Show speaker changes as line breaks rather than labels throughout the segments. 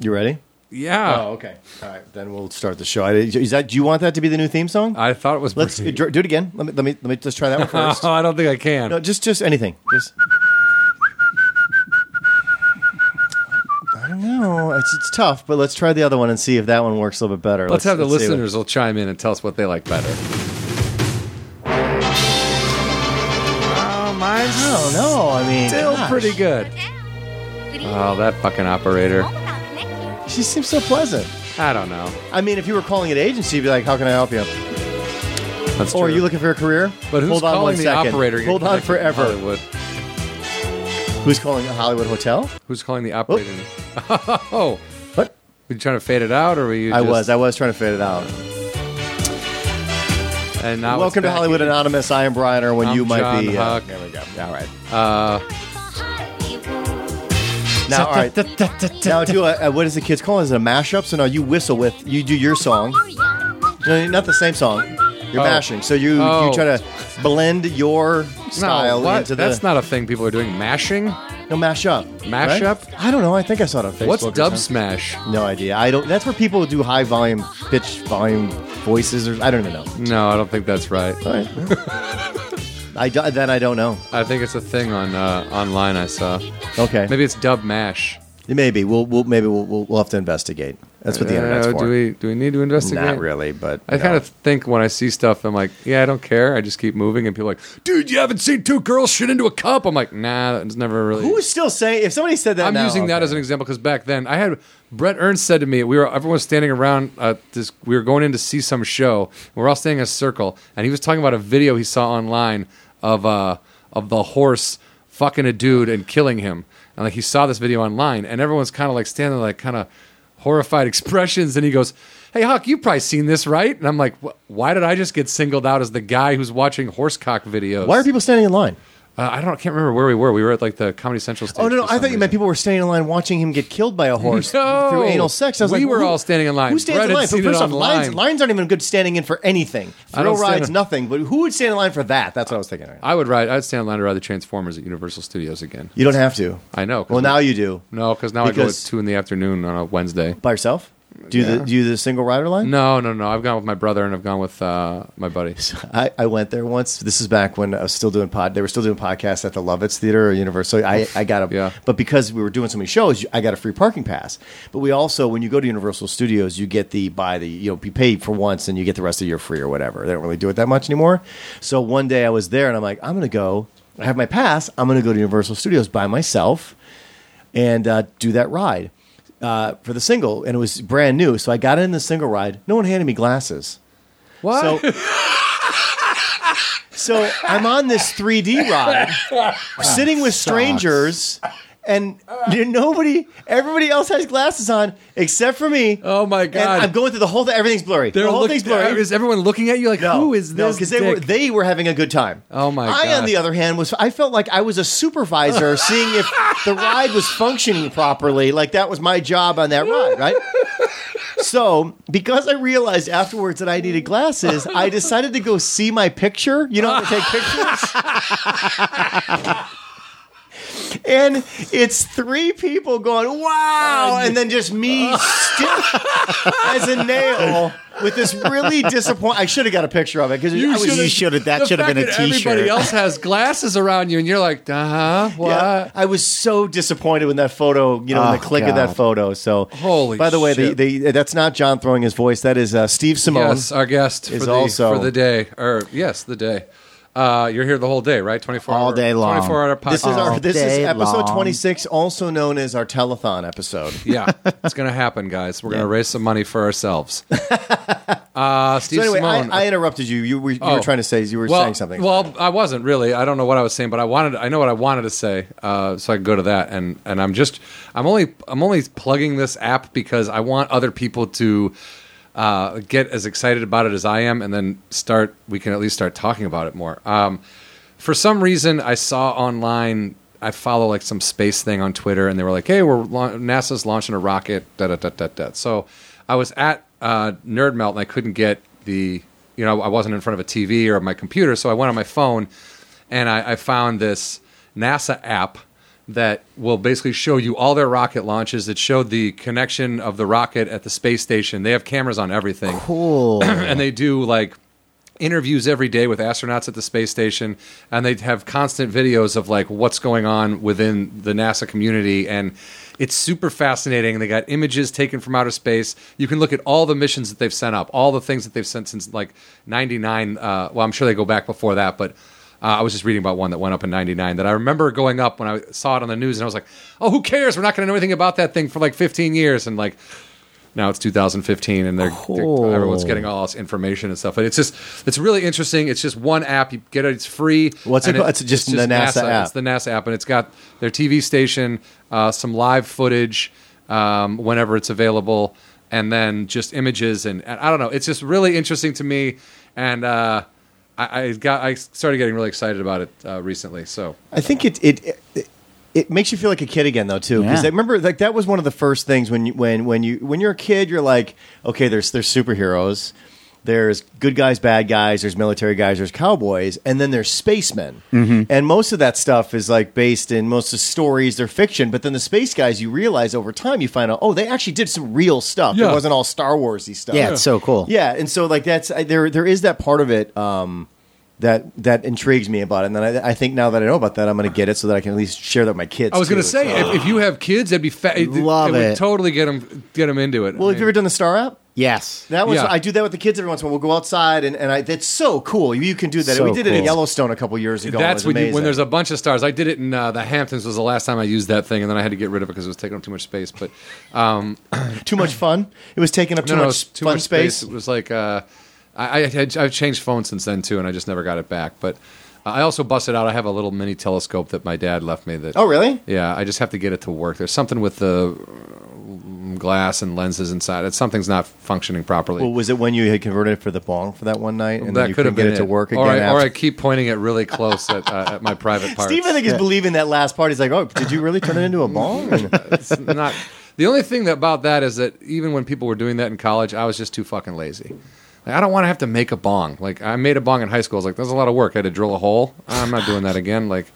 You ready?
Yeah.
Oh, okay. All right, then we'll start the show. I- Is that? Do you want that to be the new theme song?
I thought it was.
Let's do
pretty-
it again. Let me let me let me just try that one first.
Oh, I don't think I can.
No, just just anything. Just. I don't know. It's it's tough, but let's try the other one and see if that one works a little bit better.
let's, have the
see what-
listeners will chime in and tell us what they like better. Oh, mine's
I don't know. I mean,
still
gosh.
pretty good. Oh, that fucking operator.
She seems so pleasant.
I don't know.
I mean, if you were calling an agency, you'd be like, "How can I help you?"
That's
Or are
true.
you looking for a career?
But who's
Hold on
calling
one
the
second.
operator? You're
Hold on
connected to
forever.
Hollywood.
Who's calling a Hollywood hotel?
Who's calling the operator? Oh,
What?
were you trying to fade it out, or were you?
I
just-
was. I was trying to fade it out.
and now it's
Welcome to
back
Hollywood
in.
Anonymous. I am Brian Irwin.
I'm
you might
John
be. uh,
Huck.
there we go.
All right. Uh,
Now, all right. now, do a, a, what is the kids calling? Is it a mashup? So now you whistle with you do your song. No, not the same song. You're
Oh.
mashing. So you
Oh.
you try to blend your style
no, what?
into the
That's not a thing people are doing. Mashing?
no mashup. right?
Mashup?
I don't know. I think I saw it on Facebook.
What's
or
dub
something.
smash?
No idea. I don't. That's where people do high volume, pitch volume voices, or I don't even know.
No, I don't think that's right.
All right. I do- that I don't know.
I think it's a thing on uh, online I saw.
Okay.
Maybe it's dub mash.
Maybe we'll, we'll maybe we'll, we'll we'll have to investigate. That's what the
Uh,
internet's for.
Do we do we need to investigate?
Not really, but
I
no.
kind of think when I see stuff, I'm like, yeah, I don't care. I just keep moving, and people are like, dude, you haven't seen two girls shit into a cup. I'm like, nah, that's never really.
Who would still say if somebody said that?
I'm
now,
using that
okay.
as an example because back then I had Brett Ernst said to me we were everyone was standing around uh, this we were going in to see some show and we're all standing in a circle and he was talking about a video he saw online of uh of the horse fucking a dude and killing him and like he saw this video online and everyone's kind of like standing like kind of horrified expressions and he goes hey huck you've probably seen this right and i'm like "Wh- why did i just get singled out as the guy who's watching horsecock videos
Why are people standing in line?
uh, i don't I can't remember where we were we were at like the comedy central stage
Oh no, no!
for
I
some
thought you
reason.
meant people were standing in line watching him get killed by a horse
No.
through anal sex. I was
We
like,
were
who-
all standing in line.
Who stands
Brett
in
had
line?
seen
But first
it
off, lines,
online.
lines aren't even good standing in for anything.
I
Thrill
don't stand
rides,
in-
nothing. But who would stand in line for that? That's what I was thinking.
I would ride. I'd stand in line to ride the Transformers at Universal Studios again.
You don't have to.
I know. 'cause
Well, now you do.
no, because now I go at
because-
two in the afternoon on a Wednesday.
By yourself? Do you the do you the single rider line?
No, no, no. I've gone with my brother and I've gone with uh, my buddy.
I, I went there once. This is back when I was still doing pod. They were still doing podcasts at the Lovitz Theater or Universal. I, I got a,
Yeah.
but because we were doing so many shows, I got a free parking pass. But we also, when you go to Universal Studios, you get the buy the you know you pay for once and you get the rest of the year free or whatever. They don't really do it that much anymore. So one day I was there and I'm like, I'm gonna go. I have my pass. I'm gonna go to Universal Studios by myself and uh, do that ride uh, for the single. And it was brand new, so I got in the single ride. No one handed me glasses.
What?
So, so I'm on this 3D ride, sitting with strangers, and nobody, everybody else has glasses on except for me.
oh my
and
god!
I'm going through the whole thing. Everything's blurry.
They're
the whole
look-
thing's blurry.
Is everyone looking at you like
No,
who is
no,
this?
they were
dick?
they were having a good time.
Oh, my
I,
God.
on the other hand, was I felt like I was a supervisor, seeing if the ride was functioning properly. Like that was my job on that ride, right? So, because I realized afterwards that I needed glasses, I decided to go see my picture. You know how to take pictures? and it's three people going, wow, and then just me stiff as a nail with this really disappointing. I should have got a picture of it because I was
You should have. That should have been a
Everybody
T-shirt.
else has glasses around you, and you're like, uh huh, what?
Yeah, I was so disappointed when that photo, you know, in the
Oh,
click of that
God.
photo. So,
Ah, Holy
By the way,
shit.
The, the, that's not John throwing his voice. That is uh, Steve Simone.
Yes, our guest for
is
the,
also-
for the day, or yes, the day. Uh, you're here the whole day, right? Twenty four
All
hour,
day long.
Twenty four hour podcast.
This is our
All
this is
day
episode
long.
26, also known as our telethon episode.
yeah, it's gonna happen, guys. We're gonna raise some money for ourselves. Uh,
So
Steve
anyway,
Simone.
I, I interrupted you. You were, you
Oh.
were trying to say you were
well,
saying something.
Well, I wasn't really. I don't know what I was saying, but I wanted. I know what I wanted to say, uh, so I can go to that. And and I'm just. I'm only. I'm only plugging this app because I want other people to. Uh, get as excited about it as I am, and then start. We can at least start talking about it more. Um, for some reason I saw online I follow like some space thing on Twitter and they were like, "Hey, we're lau- NASA's launching a rocket." Da da da da da. So I was at uh, Nerd Melt and I couldn't get the you know I wasn't in front of a TV or my computer, so I went on my phone and I, I found this NASA app that will basically show you all their rocket launches. It showed the connection of the rocket at the space station. They have cameras on everything.
Cool.
and they do like interviews every day with astronauts at the space station and they have constant videos of like what's going on within the NASA community and it's super fascinating they got images taken from outer space you can look at all the missions that they've sent up all the things that they've sent since like 99 uh, well I'm sure they go back before that but uh, I was just reading about one that went up in 99 that I remember going up when I saw it on the news and I was like oh who cares we're not going to know anything about that thing for like 15 years and like now it's 2015 and they're, they're-
Cool.
everyone's getting all this information and stuff but it's just it's really interesting it's just one app you get it it's free
What's it
and
called? It's just the NASA app.
it's the nasa app and it's got their tv station uh, some live footage um, whenever it's available and then just images and, and i don't know it's just really interesting to me and uh, I, I got i started getting really excited about it uh, recently so
I think it it. it it makes you feel like a kid again, though, too. Because
Yeah.
I remember, like, that was one of the first things when you, when when you when you're a kid, you're like, okay, there's there's superheroes, there's good guys, bad guys, there's military guys, there's cowboys, and then there's spacemen.
Mm-hmm.
And most of that stuff is like based in most of the stories, they're fiction. But then the space guys, you realize over time, you find out, oh, they actually did some real stuff. It
Yeah.
wasn't all Star Warsy stuff.
Yeah, it's so cool.
Yeah, and so like that's I, there. There is that part of it um, that that intrigues me about it, and then I, I think now that I know about that, I'm going to get it so that I can at least share that with my kids.
I was
going
gonna say, if, if you have kids, that'd be fa- it,
Love
would
it.
totally get them get them into it.
well,
I
have you ever done the Star app?
Yes.
That was
Yeah.
I do that with the kids every once in a while. We'll go outside, and, and I that's so cool. You, you can do that.
So
we did it in
cool.
Yellowstone a couple years ago. and
That's
it was
when, you,
amazing.
when there's a bunch of stars. I did it in uh, the Hamptons was the last time I used that thing, and then I had to get rid of it because it was taking up too much space. But um,
too much fun. It was taking up
no,
too
no, it was
much
too
fun
much space. It was like uh, I, I had, I've changed phones since then too, and I just never got it back. But uh, I also busted out. I have a little mini telescope that my dad left me. That
Oh, really?
yeah, I just have to get it to work. There's something with the uh, glass and lenses inside. It's something's not functioning properly.
Well, was it when you had converted it for the bong for that one night, and then
that
you
could have
couldn't
been
get it to work again?
Or I, or
after?
I keep pointing it really close at, uh, at my private parts.
Steve, I think, is believing that last part. He's like, "Oh, did you really turn it into a bong?"
it's not. The only thing that, about that is that even when people were doing that in college, I was just too fucking lazy. Like, I don't want to have to make a bong. Like I made a bong in high school. I was like, that's a lot of work. I had to drill a hole. I'm not doing that again. Like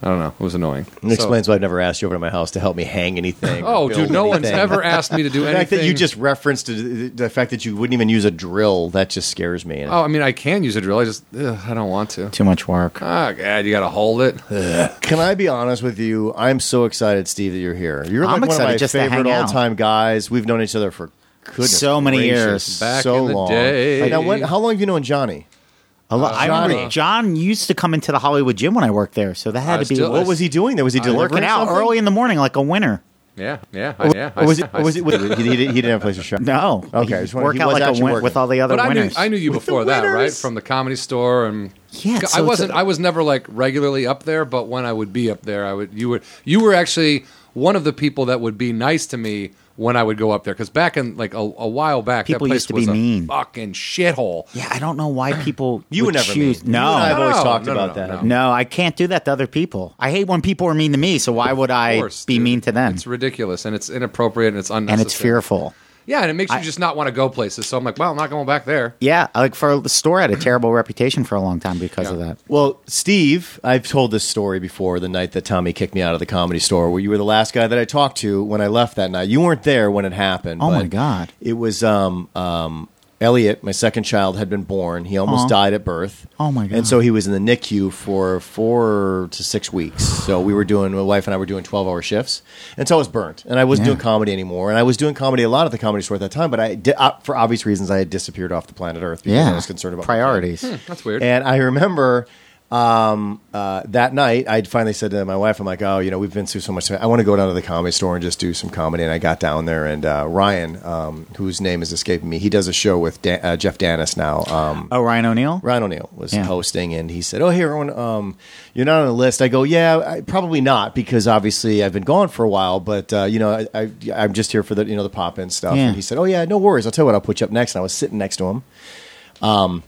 I don't know. It was annoying.
It
So-
explains why I've never asked you over to my house to help me hang anything. or
Oh,
build
dude, no one's
anything.
ever asked me to do
The
anything.
fact that you just referenced the the fact that you wouldn't even use a drill, that just scares me.
Oh, I mean, I can use a drill. I just ugh, I don't want to.
Too much work.
Uh,
Oh God, you got to hold it.
Can I be honest with you? I'm so excited, Steve, that you're here. You're like
I'm
one of
excited
my
just to
favorite
hang out.
all-time guys. We've known each other for goodness
So many
gracious,
years.
Back
so
in the
long.
day.
Like, now, when, how long have you known Johnny?
A lot. I
Johnny.
remember John used to come into the Hollywood gym when I worked there, so that had
I
to be
still-
What was he doing there? Was he
I-
delivering
working out
something?
early in the morning like a winter.
Yeah, yeah, I- yeah. I-
Or was it?
I-
or was it? he, he didn't have a place to shop.
No.
Okay, I
He'd
just wanted-
Work
he
out
was
like a
actually
win-
working.
with all the other
But I knew,
winners.
I knew you
With the
before that, right?
winners.
From the comedy store and
Yeah, so it's
I wasn't.
a-
I was never like regularly up there, but when I would be up there, I would. You were. You were actually one of the people that would be nice to me when I would go up there because back in like a, a while back,
People
that place
used to be
was a
mean.
fucking shithole.
yeah, I don't know why people
You
would
would never
choose.
meet. You and I have
No.
always
No,
talked
no, no,
about
no,
that.
no.
No, I can't do that to other people. I hate when people are mean to me, so why would I
Of course,
be
dude.
mean to them?
It's ridiculous and it's inappropriate and it's unnecessary
and it's fearful.
Yeah, and it makes you
I-
just not want to go places. So I'm like, well, I'm not going back there.
Yeah, like for the store had a terrible reputation for a long time because of
Yeah.
that.
Well, Steve, I've told this story before the night that Tommy kicked me out of the comedy store, where you were the last guy that I talked to when I left that night. You weren't there when it happened.
Oh, my
but
God.
It was um, um, Elliot, my second child, had been born. He almost
Aw.
died at birth.
Oh, my God.
And so he was in the NICU for four to six weeks. So we were doing, my wife and I were doing 12 hour shifts. And so I was burnt. And I wasn't
Yeah.
doing comedy anymore. And I was doing comedy a lot at the comedy store at that time, but I did, uh, for obvious reasons, I had disappeared off the planet Earth because I
Yeah,
was concerned about my Hmm. kid.
priorities.
That's weird.
And I remember um, uh, that night, I finally said to my wife, "I'm like, oh, you know, we've been through so much. I want to go down to the comedy store and just do some comedy." And I got down there, and uh, Ryan, um, whose name is escaping me, he does a show with Dan- uh, Jeff Danis now. Um,
Oh, Ryan O'Neill.
Ryan O'Neill was
Yeah.
hosting, and he said, "Oh, hey, everyone, um, you're not on the list." I go, "Yeah, I, probably not, because obviously I've been gone for a while, but uh, you know, I, I, I'm just here for the you know the pop in stuff."
Yeah.
And he said, "Oh yeah, no worries. I'll tell you what, I'll put you up next." And I was sitting next to him, um,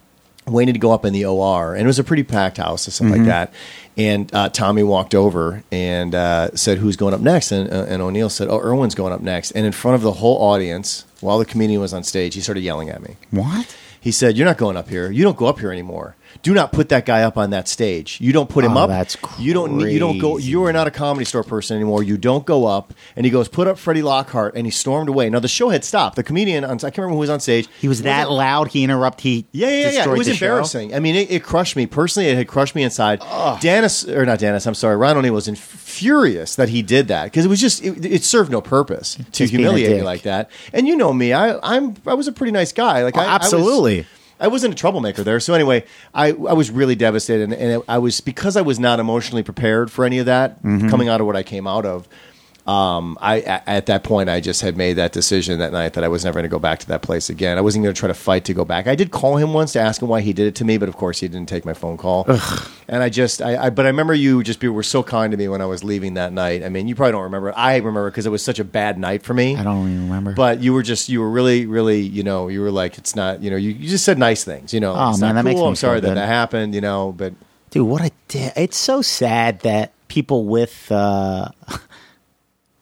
waiting to go up in the OR, and it was a pretty packed house and stuff
Mm-hmm.
like that. And uh, Tommy walked over and uh, said, "Who's going up next?" And, uh, and O'Neill said, "Oh, Irwin's going up next." And in front of the whole audience, while the comedian was on stage, he started yelling at me.
What?
He said, "You're not going up here. You don't go up here anymore." Do not put that guy up on that stage. You don't put him
Oh,
up.
that's
You don't. need- You don't go.
crazy.
You are not a comedy store person anymore. You don't go up. And he goes, put up Freddie Lockhart, and he stormed away. Now the show had stopped. The comedian on. I can't remember who was on stage.
He was that loud. He interrupted. He
Yeah, yeah, yeah.
destroyed
It was
the show.
embarrassing. I mean, it, it crushed me personally. It had crushed me inside. Dennis, or not Dennis, I'm sorry. Ron O'Neill was in, furious that he did that because it was just it, it served no purpose to
Just being a
humiliate me
dick.
like that. And you know me, I I'm I was a pretty nice guy. Like
Oh,
I, I was-
absolutely.
I wasn't a troublemaker there. So anyway, I, I was really devastated, and, and I was because I was not emotionally prepared for any of that
Mm-hmm.
coming out of what I came out of. Um, I a- at that point I just had made that decision that night that I was never going to go back to that place again. I wasn't going to try to fight to go back. I did call him once to ask him why he did it to me, but of course he didn't take my phone call. And I just I, I but I remember you just be, were so kind to me when I was leaving that night. I mean, you probably don't remember. it. I remember because it was such a bad night for me.
I don't even remember.
But you were just you were really really you know you were like it's not you know you, you just said nice things you know.
Oh,
it's
man,
not
that makes
cool.
me
I'm sorry
feel
that
good.
that happened. You know, but
Dude, what a di- it's so sad that people with uh,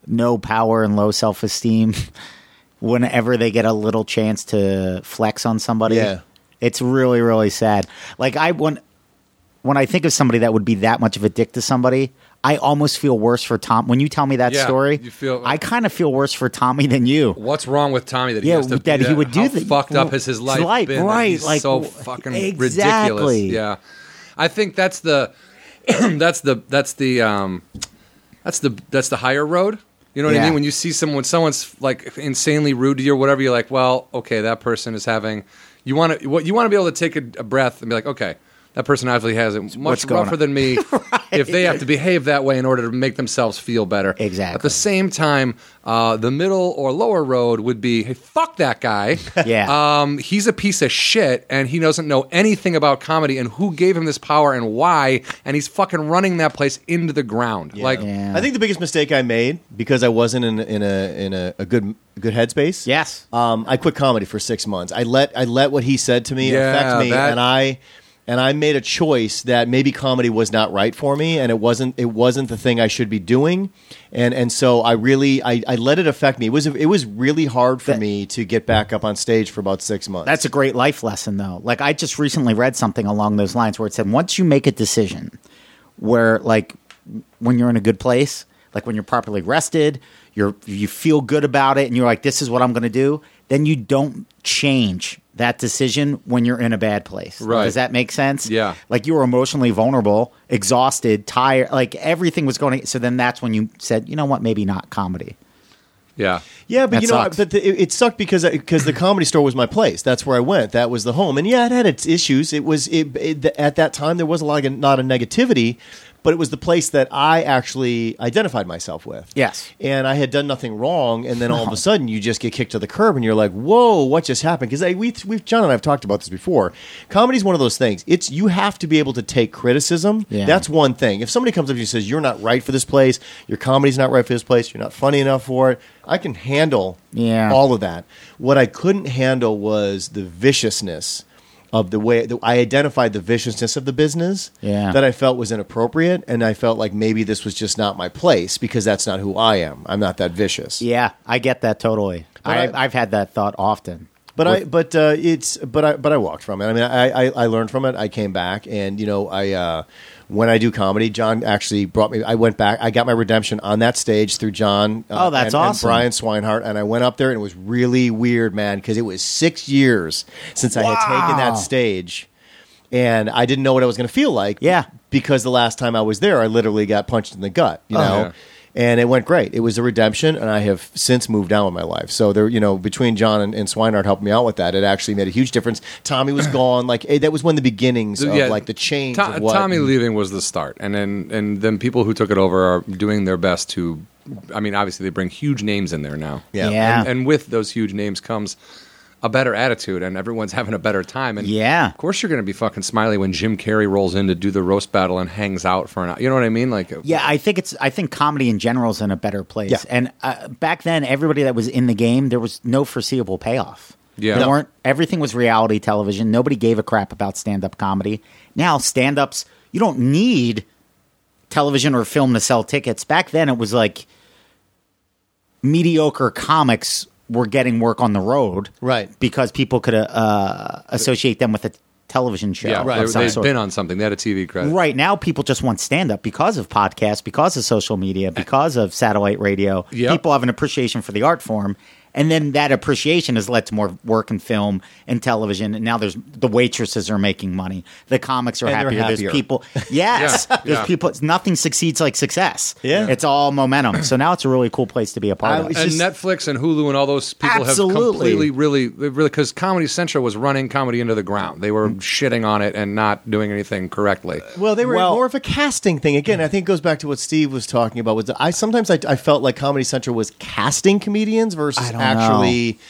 no power and low self esteem, whenever they get a little chance to flex on somebody,
Yeah.
it's really really sad. Like I when when I think of somebody that would be that much of a dick to somebody. I almost feel worse for Tom when you tell me that
Yeah,
story.
you feel-
uh,
I kind of feel worse for Tommy than you.
What's wrong with Tommy that he
yeah,
has to
that he would
how
do that.
Fucked up has his life, been? that
right?
he's
like
so
w-
fucking ridiculous.
exactly.
Yeah, I think that's the that's the that's the um that's the that's the higher road. You know what I
Yeah.
mean? When you see someone, when someone's like insanely rude to you or whatever, you're like, well, okay, that person is having. You want to what you want to be able to take a, a breath and be like, okay, that person obviously has it much
What's going
rougher
on?
than me. If they have to behave that way in order to make themselves feel better,
Exactly.
At the same time, uh, the middle or lower road would be, hey, fuck that guy.
Yeah.
Um, he's a piece of shit and he doesn't know anything about comedy and who gave him this power and why. And he's fucking running that place into the ground. Like,
Yeah.
I think the biggest mistake I made because I wasn't in in a in a, a good good headspace.
Yes.
Um, I quit comedy for six months. I let I let what he said to me
Yeah,
affect me,
that-
and I and I made a choice that maybe comedy was not right for me, and it wasn't it wasn't the thing I should be doing, and and so I really I, I let it affect me. It was it was really hard for me to get back up on stage for about six months.
That's a great life lesson, though. Like, I just recently read something along those lines where it said, once you make a decision where, like, when you're in a good place, like when you're properly rested, you're you feel good about it, and you're like, "This is what I'm going to do." Then you don't change that decision when you're in a bad place.
Right.
Does that make sense?
Yeah.
Like you were emotionally vulnerable, exhausted, tired. Like everything was going. So then that's when you said, "You know what? Maybe not comedy."
yeah.
Yeah, but
That
you know,
sucks.
but the, it, it sucked because because the comedy store was my place. That's where I went. That was the home, and yeah, it had its issues. It was it, it at that time there was a lot of not a negativity, but it was the place that I actually identified myself with.
Yes.
and I had done nothing wrong, and then all of a sudden you just get kicked to the curb, and you're like, "Whoa, what just happened?" Because we we John and I have talked about this before. Comedy's one of those things. It's you have to be able to take criticism.
Yeah.
That's one thing. If somebody comes up to you and says, You're not right for this place, your comedy's not right for this place, you're not funny enough for it, I can handle
Yeah.
all of that. What I couldn't handle was the viciousness of the way that I identified the viciousness of the business
Yeah.
that I felt was inappropriate. And I felt like maybe this was just not my place because that's not who I am. I'm not that vicious.
Yeah, I get that totally.
But
I,
I-
I've had that thought often.
But I, but uh, it's, but I, but I walked from it. I mean, I, I, I learned from it. I came back, and you know, I, uh, when I do comedy, John actually brought me. I went back. I got my redemption on that stage through John. Uh,
Oh, that's
and, and
awesome.
Brian Swinehart, and I went up there, and it was really weird, man, because it was six years since I had taken that
Wow.
stage, and I didn't know what I was going to feel like.
Yeah.
because the last time I was there, I literally got punched in the gut. You
Oh.
know
Yeah.
and it went great. It was a redemption, and I have since moved on with my life. So there, you know, between John and, and Swinehart helped me out with that. It actually made a huge difference. Tommy was gone. Like eh, that was when the beginnings of
Yeah,
like the change.
To-
of what,
Tommy leaving was the start, and then and then people who took it over are doing their best to. I mean, obviously they bring huge names in there now.
Yeah.
Yeah.
And, and with those huge names comes a better attitude, and everyone's having a better time. And
Yeah.
of course you're going to be fucking smiley when Jim Carrey rolls in to do the roast battle and hangs out for an hour. You know what I mean? Like,
Yeah, I think it's. I think comedy in general is in a better place.
Yeah.
And uh, back then, everybody that was in the game, there was no foreseeable payoff.
Yeah.
there
No.
weren't. Everything was reality television. Nobody gave a crap about stand-up comedy. Now, stand-ups, you don't need television or film to sell tickets. Back then, it was like mediocre comics were getting work on the road,
Right.
Because people could uh, associate them with a television show.
Yeah,
of
right.
some
They've
sort.
been on something. They had a TV credit.
Right now, people just want stand up because of podcasts, because of social media, because of satellite radio.
Yep.
People have an appreciation for the art form. And then that appreciation has led to more work in film and television. And now there's the waitresses are making money. The comics are
And they're
happier.
happier.
There's people. Yes.
Yeah,
There's
yeah.
people. it's- Nothing succeeds like success.
Yeah.
It's all momentum. So now it's a really cool place to be a part
I-
of.
it's
and
just-
Netflix and Hulu and all those people
Absolutely.
have completely really they really because Comedy Central was running comedy into the ground. They were
Mm.
shitting on it and not doing anything correctly.
Well, they were
Well-
more of a casting thing. Again, I think it goes back to what Steve was talking about. Was I sometimes I, I felt like Comedy Central was casting comedians versus
I don't
actually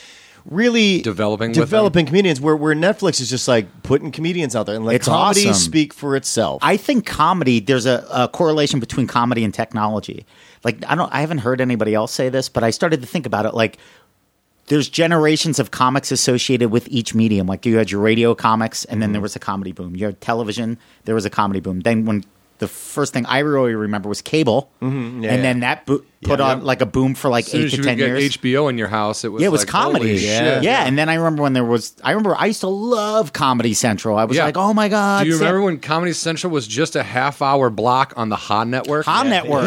really
Developing with them.
developing comedians. Where where Netflix is just like putting comedians out there and let
It's
comedy
awesome.
speak for itself.
I think comedy. There's a, a correlation between comedy and technology. Like I don't, I haven't heard anybody else say this, but I started to think about it. Like there's generations of comics associated with each medium. Like you had your radio comics, and
Mm-hmm.
then there was a comedy boom. You had television, there was a comedy boom. Then when the first thing I really remember was cable,
Mm-hmm.
yeah,
and
yeah.
then that bo- put on like a boom for like
As soon
eight
as
to
you
ten
get
years.
HBO in your house, it was
Yeah, it was
like,
comedy.
holy
Yeah.
shit.
and then I remember when there was. I remember I used to love Comedy Central. I was
Yeah.
like, oh my god!
Do you
Sam-
remember when Comedy Central was just a half hour block on the Ha Network?
Com Network.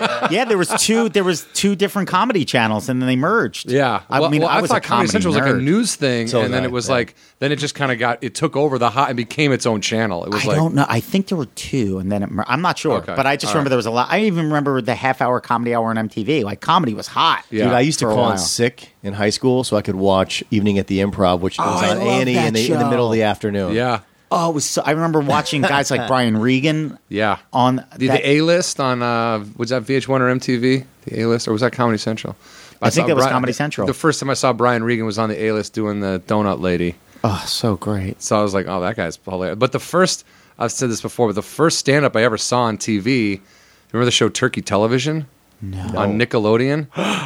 Yeah, there was two. There was two different comedy channels, and then they merged.
Yeah,
I
Well-
mean,
well,
I was
thought
a comedy,
Central was like a
nerd.
news thing,
So
and
was
then
I,
it was
yeah.
like then it just kind of got it took over the hot and became its own channel. It was
I
like
don't know. I think there were two, and then it, mer- I'm not sure.
Okay.
But I just
All
remember
right.
there was a lot. I even remember the half hour comedy hour on MTV. Like comedy was hot.
Yeah.
Dude, I used to
for a
call in
while.
sick in high school so I could watch Evening at the Improv, which was
Oh, I
on
love
Annie
that
in the, in the
show.
middle of the afternoon.
yeah,
Oh, it was so, I remember watching guys like Brian Regan.
yeah.
On
the,
that-
the A list on uh, was that VH1 or MTV? The A list or was that Comedy Central?
I think
saw
that was Comedy Central.
The first time I saw Brian Regan was on the A list doing the Donut Lady.
Oh, so great.
So I was like, oh, that guy's hilarious. But the first, I've said this before, but the first stand up I ever saw on TV, remember the show Turkey Television? No. On Nickelodeon?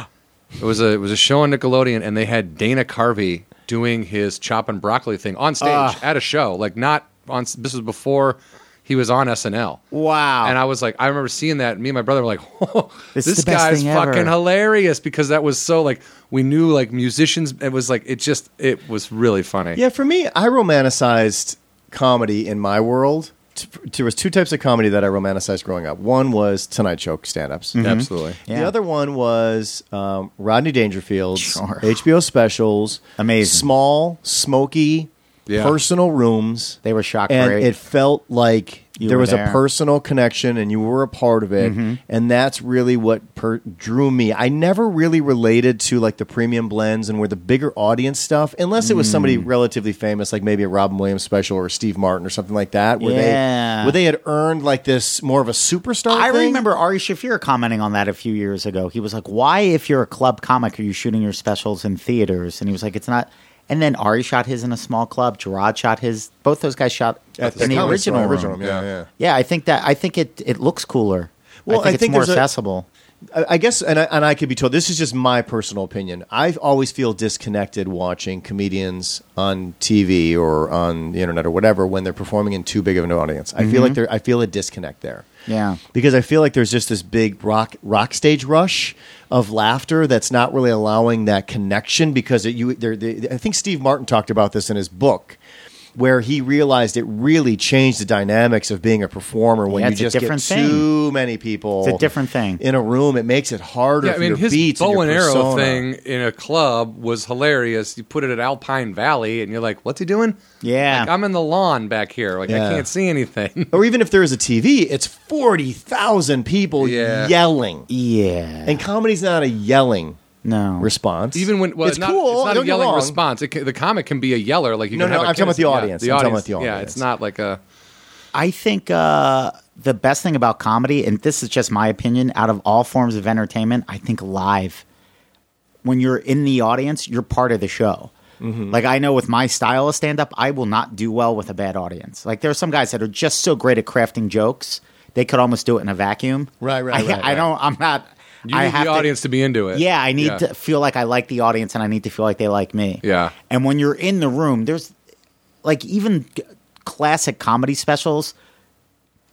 it, was a, it was a show on Nickelodeon, and they had Dana Carvey doing his chop and broccoli thing on stage
Ah.
at a show. Like, not on, s- this was before he was on SNL.
Wow.
And I was like, I remember seeing that. And me and my brother were like, oh,
It's
this
the best
guy's
thing
fucking
ever."
hilarious because that was so like, we knew like musicians. It was like, it just, it was really funny.
Yeah, for me, I romanticized comedy in my world. T- There was two types of comedy that I romanticized growing up. One was Tonight Show stand-ups.
Mm-hmm.
Absolutely.
Yeah.
The other one was um, Rodney Dangerfield's
Sure.
HBO specials.
Amazing.
Small, smoky,
Yeah.
personal rooms.
They were shock
And
great.
it felt like
You
there
were
was
there. Mm-hmm.
a personal connection and you were a part of it. And that's really what per- drew me. I never really related to like the premium blends and where the bigger audience stuff, unless it was somebody
Mm.
relatively famous, like maybe a Robin Williams special or Steve Martin or something like that, where,
Yeah.
they, where they had earned like this more of a superstar
I
thing.
remember Ari Shafir commenting on that a few years ago. He was like, "Why, if you're a club comic, are you shooting your specials in theaters?" And he was like, "It's not." And then Ari shot his in a small club. Gerard shot his. Both those guys shot
At
in the,
Comedy Store,
original,
original
room.
room, yeah, yeah.
Yeah, I think that I think it it looks cooler.
Well,
I think
I
it's
think
more
there's a-
accessible.
I I guess, and I, and I could be told this is just my personal opinion. I always feel disconnected watching comedians on TV or on the internet or whatever when they're performing in too big of an audience. I feel like there, I feel a disconnect there.
Mm-hmm. Yeah.
because I feel like there's just this big rock rock stage rush of laughter that's not really allowing that connection because it, you. There, they, I think Steve Martin talked about this in his book. Where he realized it really changed the dynamics of being a performer when
Yeah,
you
it's a
just get
different thing.
too many people.
It's a different thing.
in a room. It makes it harder
Yeah, I
for
mean,
your
his
beats
bow
your
and arrow
persona.
thing in a club was hilarious. You put it at Alpine Valley, and you're like, "What's he doing?"
Yeah.
like, I'm in the lawn back here. Like,
Yeah.
I can't see anything.
Or even if there is a TV, it's 40,000 people
Yeah.
yelling.
Yeah.
And comedy's not a yelling
no.
response.
Even when well,
it's
not,
cool,
it's not
don't
a
get
yelling
wrong.
response. It can, the comic can be a yeller. Like, you
No,
can
no,
have a
I'm talking about the
yeah,
audience.
the
I'm
audience.
talking about the
Yeah,
audience.
it's not like a.
I think uh, the best thing about comedy, and this is just my opinion, out of all forms of entertainment, I think live. When you're in the audience, you're part of the show. Like I know with my style of stand up, I will not do well with a bad audience. Like there are some guys that are just so great at crafting jokes, they could almost do it in a vacuum.
Right, right,
I,
right,
I
right.
don't. I'm not.
You
I
need
have
the
to-
audience to, be into it.
yeah, I need to feel like I like the audience, and I need to feel like they like me.
Yeah.
And when you're in the room, there's like even g- classic comedy specials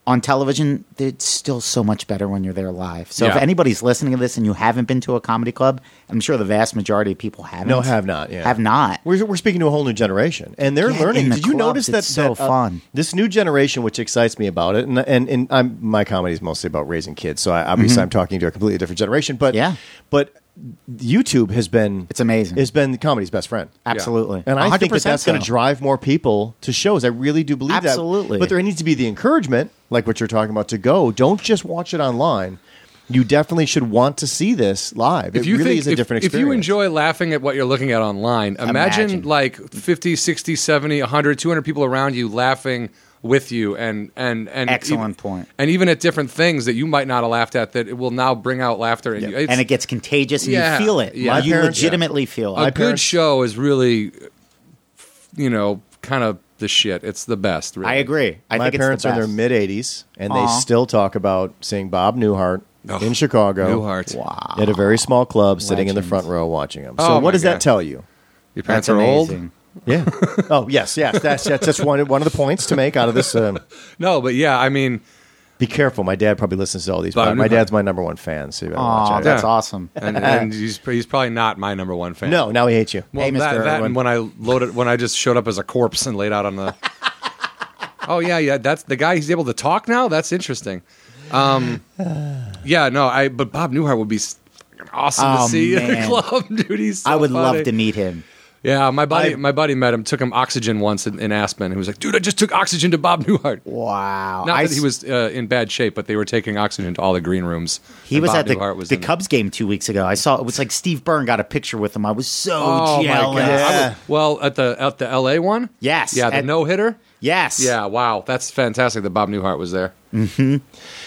on television, it's still so much better when you're there live. So if
Yeah.
anybody's listening to this and you haven't been to a comedy club, I'm sure the vast majority of people haven't.
No, have not, yeah.
Have not.
We're, we're speaking to a whole new generation, and they're
Get
learning.
in the
Did you
clubs,
notice that?
it's so
that, uh,
fun.
this new generation, which excites me about it, and and, and I'm my comedy is mostly about raising kids, so I, obviously I'm talking to a completely different generation. But
Mm-hmm. Yeah.
but YouTube has been
It's amazing.
Has been comedy's best friend.
Absolutely.
And I think that
100%
that's going to
so.
drive more people to shows. I really do believe
Absolutely.
that. But there needs to be the encouragement, like what you're talking about, to go. Don't just watch it online. You definitely should want to see this live. it really is a
if,
different
if
experience.
you enjoy laughing at what you're looking at online, imagine,
Imagine.
like 50, 60, 70, 100, 200 people around you laughing with you and and and e
Excellent
even-
point.
And even at different things that you might not have laughed at that it will now bring out laughter in you. It's-
and it gets contagious and
Yeah,
you feel it.
yeah. My
You
parents-
legitimately feel
a
it.
good
parents-
show is really you know, kind of the shit. It's the best, really.
I agree. I
my
think
parents
it's the
are in their
best.
mid 80s, and
Aw.
they still talk about seeing Bob Newhart
Ugh,
in Chicago
Newhart. Wow.
at a very small club, sitting in the
Legends.
front row watching him.
Oh
So,
my
what does
God.
that tell you?
Your parents
That's
are
amazing.
old.
Yeah. oh, yes, yes. That's that's just one one of the points to make out of this. Um,
No, but yeah, I mean,
be careful. My dad probably listens to all these.
Bob
podcasts. my
Newhart.
dad's my number one fan. So you better watch
Aw,
out.
that's
Yeah.
awesome.
and, and he's he's probably not my number one fan.
No, now he hates you.
Well,
Hey,
that,
Mr.
that
Irwin.
and when I loaded, when I just showed up as a corpse and laid out on the. oh yeah, yeah. That's the guy. He's able to talk now. That's interesting. Um, yeah, no. I but Bob Newhart would be s- fucking awesome
Oh,
to see in a
man.
club, dude. He's so
I would
funny.
love to meet him.
Yeah, my buddy,
I-
my buddy met him, took him oxygen once in, in Aspen. He was like, dude, I just took oxygen to Bob Newhart.
Wow.
Not
I
that
s-
he was uh, in bad shape, but they were taking oxygen to all the green rooms.
He
and
was
Bob
at the,
Newhart was
the
in-
Cubs game two weeks ago. I saw it was like Steve Byrne got a picture with him. I was so
Oh my
jealous.
god! I
Yeah.
was- well, at the at the L.A. one,
Yes.
yeah, the
At-
no hitter.
Yes.
Yeah, wow, that's fantastic that Bob Newhart was there.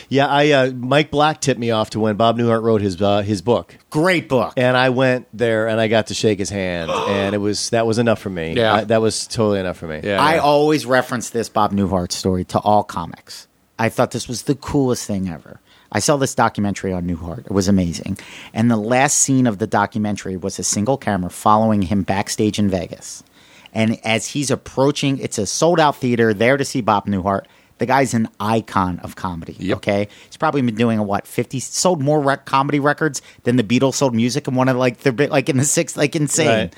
Yeah, I uh, Mike Black tipped me off to when Bob Newhart wrote his uh, his book,
Great book.
and I went there and I got to shake his hand, and it was that was enough for me.
Yeah.
I- that was totally enough for me.
Yeah,
I
yeah.
always reference this Bob Newhart story to all comics. I thought this was the coolest thing ever. I saw this documentary on Newhart. It was amazing. And the last scene of the documentary was a single camera following him backstage in Vegas. And as he's approaching, it's a sold out theater there to see Bob Newhart. The guy's an icon of comedy.
Yep.
Okay. He's probably been doing what, 50, sold more rec- comedy records than the Beatles sold music in one of like, their big like in the sixth, like insane.
Right.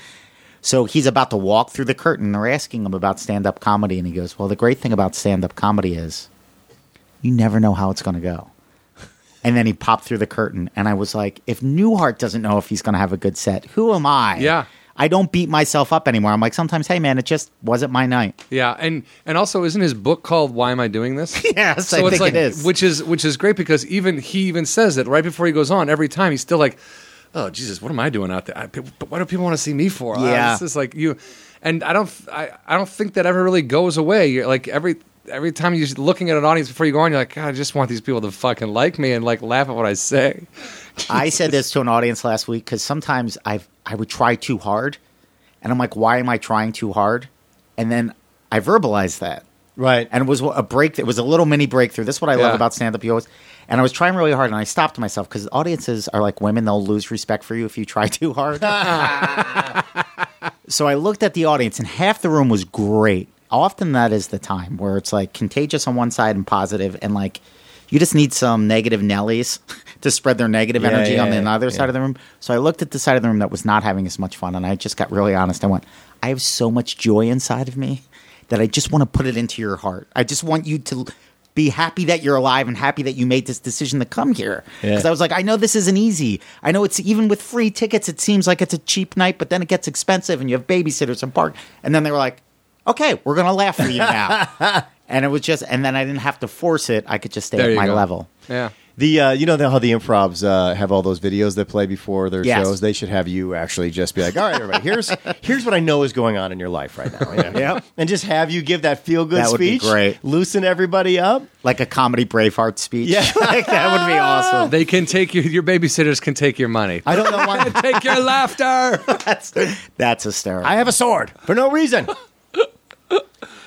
So he's about to walk through the curtain. They're asking him about stand up comedy. And he goes, Well, the great thing about stand up comedy is you never know how it's going to go. And then he popped through the curtain. And I was like, If Newhart doesn't know if he's going to have a good set, who am I?
Yeah.
I don't beat myself up anymore. I'm like, Sometimes, hey, man, it just wasn't my night.
yeah, and and also isn't his book called Why Am I Doing This?
Yes, I think
like,
it is.
which is which is great because even he even says it right before he goes on. Every time he's still like, "Oh Jesus, what am I doing out there? I, but what do people want to see me for?" Uh,
Yeah.
this is like you, and I don't I, I don't think that ever really goes away. You're like every. Every time you're looking at an audience before you go on, you're like, God, I just want these people to fucking like me and like laugh at what I say.
I said this to an audience last week because sometimes I I would try too hard, and I'm like, why am I trying too hard? And then I verbalized that,
Right.
And it was a break. It was a little mini breakthrough. That's what I
Yeah.
love about stand up. You always, and I was trying really hard, and I stopped myself because audiences are like women; they'll lose respect for you if you try too hard. so I looked at the audience, and half the room was great. Often that is the time where it's like contagious on one side and positive, and like you just need some negative Nellies to spread their negative
Yeah,
energy
yeah,
on the
yeah,
other
yeah.
side of the room. So I looked at the side of the room that was not having as much fun, and I just got really honest. I went, I have so much joy inside of me that I just want to put it into your heart. I just want you to be happy that you're alive and happy that you made this decision to come here.
Yeah.
Because I was like, I know this isn't easy. I know it's even with free tickets, it seems like it's a cheap night, but then it gets expensive and you have babysitters and park. And then they were like, okay, we're going to laugh for you now. and it was just, and then I didn't have to force it. I could just stay
There
at
you
my
go.
level.
Yeah.
The uh, you know the, how the improvs uh, have all those videos that play before their
Yes.
shows. They should have you actually just be like, all right, everybody, here's here's what I know is going on in your life right now. Yeah, and just have you give that feel good
That would be
speech,
great.
loosen everybody up.
Like a comedy Braveheart speech.
Yeah.
like, that would be awesome.
They can take your, your babysitters can take your money.
I don't know why
take your laughter.
That's, that's hysterical.
I have a sword for no reason.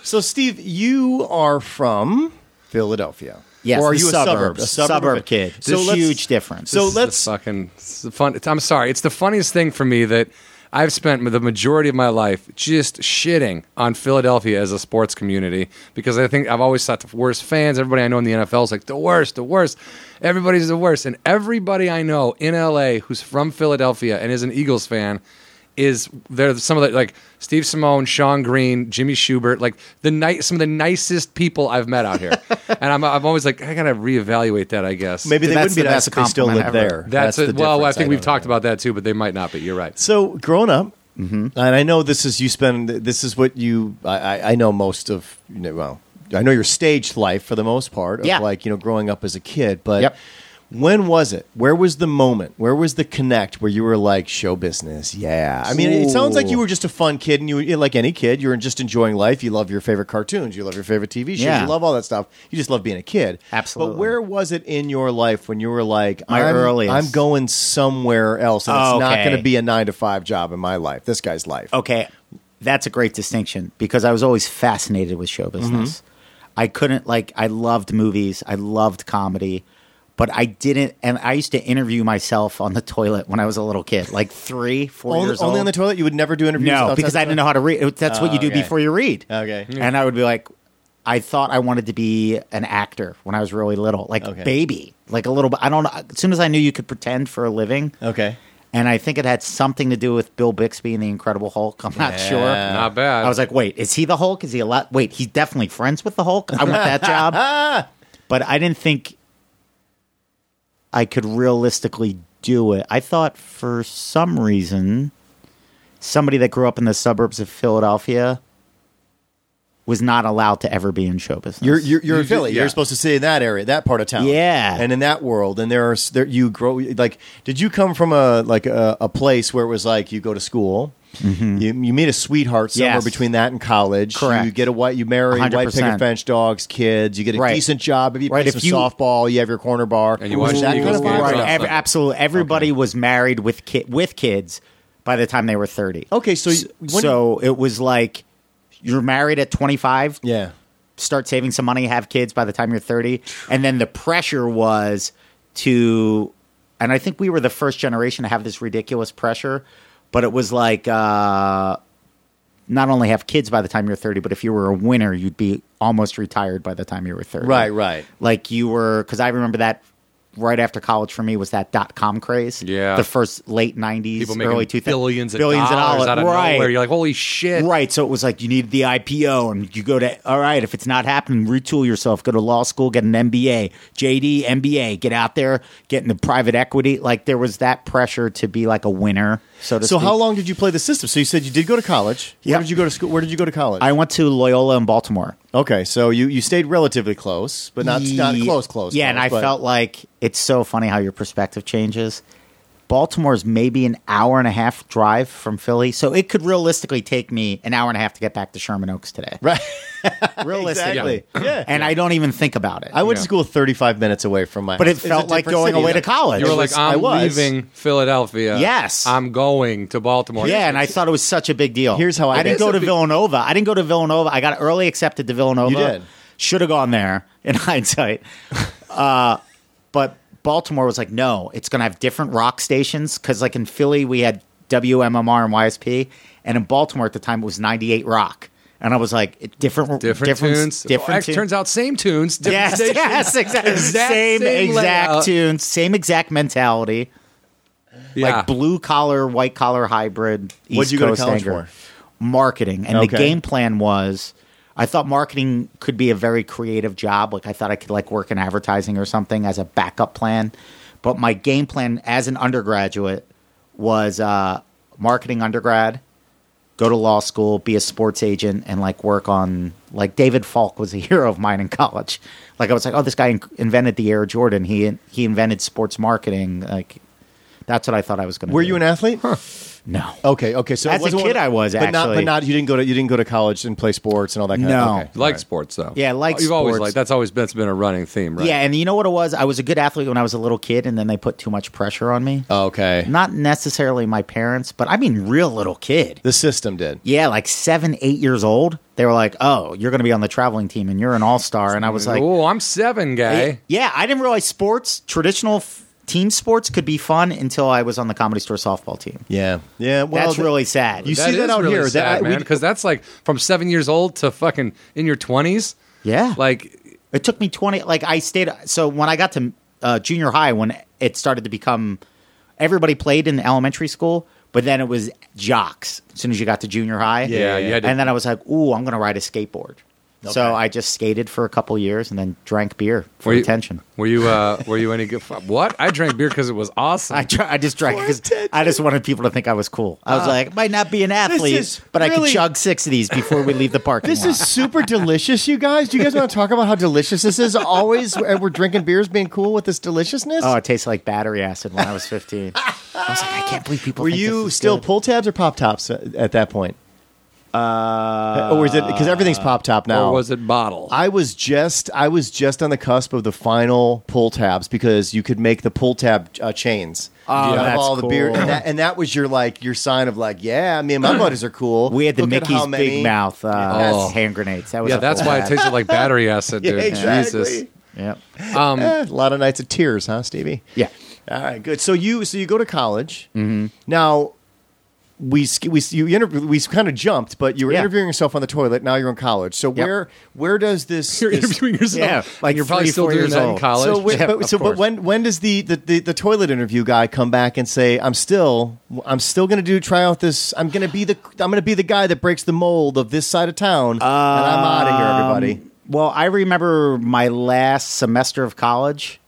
so, Steve, you are from Philadelphia.
Yes,
or are
the
you
suburbs.
a suburb? A
Suburb
of-
kid.
So
There's
let's-
huge difference.
So
This
It's
let's
the fucking it's the fun. It's, I'm sorry. It's the funniest thing for me that I've spent the majority of my life just shitting on Philadelphia as a sports community because I think I've always thought the worst fans. Everybody I know in the NFL is like the worst, the worst. Everybody's the worst, and everybody I know in LA who's from Philadelphia and is an Eagles fan is they're some of the like Steve Simone, Sean Green, Jimmy Schubert, like the night some of the nicest people I've met out here, and I'm I'm always like I gotta reevaluate that I guess
Maybe they
That's
wouldn't be
the
nice
best
if they still
compliment
lived
ever.
there.
that's, it.
the
well I
difference.
think we've
don't
talked
know.
about that too, but they might not be. You're right.
So growing up, and I know this is you spend. This is what you. I, I- I know most of. You know, well, I know your stage life for the most part. Of
Yeah.
Like you know, growing up as a kid, but.
Yep.
When was it? Where was the moment? Where was the connect where you were like show business? Yeah, I mean, it sounds like you
Ooh.
were just a fun kid, and you were like any kid, you were just enjoying life. You love your favorite cartoons, you love your favorite TV shows,
Yeah.
you love all that stuff. You just love being a kid.
Absolutely.
But where was it in your life when you were like,
My
I'm,
earliest. Oh,
I'm going somewhere else, and it's not
Okay.
going to be a nine to five job in my life. This guy's life.
okay, that's a great distinction because I was always fascinated with show business.
Mm-hmm.
I couldn't like I loved movies, I loved comedy, but I didn't. And I used to interview myself on the toilet when I was a little kid, like three, four
only,
years
only
old.
on the toilet. You would never do interviews.
no, because I didn't know how to read. It- That's what you do
Oh, okay.
before you read.
Okay.
and I would be like, I thought I wanted to be an actor when I was really little, like
Okay.
baby, like a little. bit. I don't. know. As soon as I knew you could pretend for a living,
Okay.
and I think it had something to do with Bill Bixby and the Incredible Hulk. I'm not sure.
Not bad.
I was like, wait, is he the Hulk? Is he a lot? Wait, he's definitely friends with the Hulk. I want that job. But I didn't think I could realistically do it. I thought for some reason, somebody that grew up in the suburbs of Philadelphia was not allowed to ever be in show business.
You're you're, you're
You
in Philly.
do- yeah.
You're supposed to stay in that area, that part of town.
Yeah.
and in that world, and there are s- there you grow like. Did you come from a like a, a place where it was like you go to school, you, you meet a sweetheart somewhere
Mm-hmm. Yes.
between that and college.
Correct.
You get a white, you marry white
100%.
picket fence dogs, kids. You get a
Right.
decent job. Maybe you
Right,
play
if
some
you-
softball. You have your corner bar.
And you
Was
watch
that kind
the Eagles
of
games
vibe?
on
Right. Ev- absolutely. Everybody was married with ki- with kids by the time they were 30.
Okay, so
S-
when you-
so it was like you're married at 25,
Yeah.
start saving some money, have kids by the time you're 30, and then the pressure was to and I think we were the first generation to have this ridiculous pressure, but it was like uh not only have kids by the time you're 30, but if you were a winner, you'd be almost retired by the time you were 30
Right. Right.
like you were because I remember that right after college for me was that dot com craze.
Yeah.
the first late nineties,
People making
early two thousands,
billions of dollars out of
right?
nowhere. You're like, holy shit!
Right, so it was like you needed the IPO, and you go to all right. If it's not happening, retool yourself. Go to law school, get an MBA, JD, MBA. Get out there, get into private equity. Like there was that pressure to be like a winner, so to
So
speak.
how long did you play the system? So you said you did go to college.
Yeah.
Where did you go to school? Where did you go to college?
I went to Loyola in Baltimore.
Okay, so you, you stayed relatively close, but not not
Ye-
close, close.
Yeah, and
close,
I
but-
felt like it's so funny how your perspective changes. Baltimore's maybe an hour and a half drive from Philly, so it could realistically take me an hour and a half to get back to Sherman Oaks today.
right.
Realistically,
exactly. Yeah,
and I don't even think about it.
I went to
Yeah.
school thirty five minutes away from my.
but it
house. It's a
felt like
different
going
city,
away
though.
to college.
You were
I
like,
was- I
I'm
was.
leaving Philadelphia.
Yes.
I'm going to Baltimore.
yeah, and I thought it was such a big deal.
Here's how I
didn't
did it.
go to Villanova. I didn't go to Villanova. I got early accepted to Villanova.
You did.
Should have gone there in hindsight. Uh, but Baltimore was like, no, it's going to have different rock stations because, like in Philly, we had WMMR and YSP, and in Baltimore at the time it was 98 Rock, and I was like, it- different,
different, tunes.
different
Well, actually,
tunes.
turns out same tunes. Different
yes,
stations.
yes, exactly.
Exact
same,
same
exact
layout.
tunes, same exact mentality
Yeah.
like blue collar, white collar hybrid. East
What'd you go to
Coast
college
anger.
for?
Marketing, and
Okay.
the game plan was. I thought marketing could be a very creative job. Like I thought I could like work in advertising or something as a backup plan. But my game plan as an undergraduate was uh, marketing undergrad, go to law school, be a sports agent, and like work on like David Falk was a hero of mine in college. Like I was like, oh, this guy in- invented the Air Jordan. He he invented sports marketing. Like that's what I thought I was going to.
Were you an athlete?
No.
Okay, okay. So it
As a
wasn't one
kid,
of-
I was,
but not, but
actually.
not you didn't go to you didn't go to college and play sports and all that. kind
No.
of okay.
You like
All right.
sports though.
Yeah, I like
You've always
sports.
liked that's always been, that's been a running theme, right?
Yeah, and you know what it was? I was a good athlete when I was a little kid, and then they put too much pressure on me.
Okay,
Not necessarily my parents, but I mean, real little kid.
the system did.
Yeah, like seven, eight years old. They were like, "Oh, you're going to be on the traveling team, and you're an all star." And I was like,
oh, I'm seven guy.
Yeah, I didn't realize sports, traditional f- team sports could be fun until I was on the comedy store softball team.
Yeah, yeah. Well,
That's
that-
really sad.
You see that
is
out
really
here. That-
sad,
we-
man, because that's like from seven years old to fucking in your twenties.
Yeah.
like
It took me 20 like I stayed so when I got to uh, junior high when it started to become everybody played in elementary school but then it was jocks as soon as you got to junior high.
Yeah, you had to-
And then I was like, "Ooh, I'm going to ride a skateboard."
Okay.
So I just skated for a couple years and then drank beer for
were you,
attention.
Were you uh, were you any good? fu- What I drank beer because it was awesome.
I, dr- I just drank
For Uh,
because I just wanted people to think I was cool. I was like, might not be an
is
athlete, but I
really-
could chug six of these before we leave the parking
This
lot.
is super delicious, you guys. Do you guys want to talk about how delicious this is? Always, and we're drinking beers, being cool with this deliciousness.
oh, it tastes like battery acid when I was 15. I was like, I can't believe people
Were
think this
you
is
still
good."
pull tabs or pop tops at at that point? Uh, or is it because everything's pop top now?
or was it bottle?
I was just I was just on the cusp of the final pull tabs because you could make the pull tab uh, chains
Oh,
out of
that's
all the beer,
cool.
and that, and that was your like your sign of like, yeah, me and my buddies are cool.
We had the
Look at
Mickey's
how many-
Big Mouth uh,
Yes.
Oh.
hand grenades. That was
yeah,
a
that's
cool
why it
ad.
tasted like battery acid,
Yeah,
dude.
exactly.
Jesus.
Yep.
Um,
Eh, a lot of nights of tears, huh, Stevie?
Yeah.
All right, good. So you so you go to college. Mm-hmm. Now we sk- we you inter- we kind of jumped, but you were
Yeah.
interviewing yourself on the toilet. Now you're in college. So where where does this?
you're
this-
interviewing yourself.
Yeah, like
you're probably
three,
still
four
doing
years
that in
old.
college.
so, wait,
Yeah,
but,
of
so but
course.
when when does the, the, the, the toilet interview guy come back and say I'm still I'm still going to do try out this I'm going to be the I'm going to be the guy that breaks the mold of this side of town and I'm out of here everybody.
Well, I remember my last semester of college.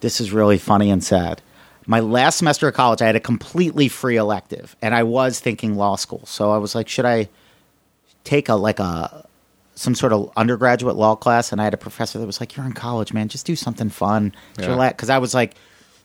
This is really funny and sad. My last semester of college, I had a completely free elective, and I was thinking law school. So I was like, should I take a like a some sort of undergraduate law class? And I had a professor that was like, "You're in college, man. Just do something fun."
Yeah.
Because I was like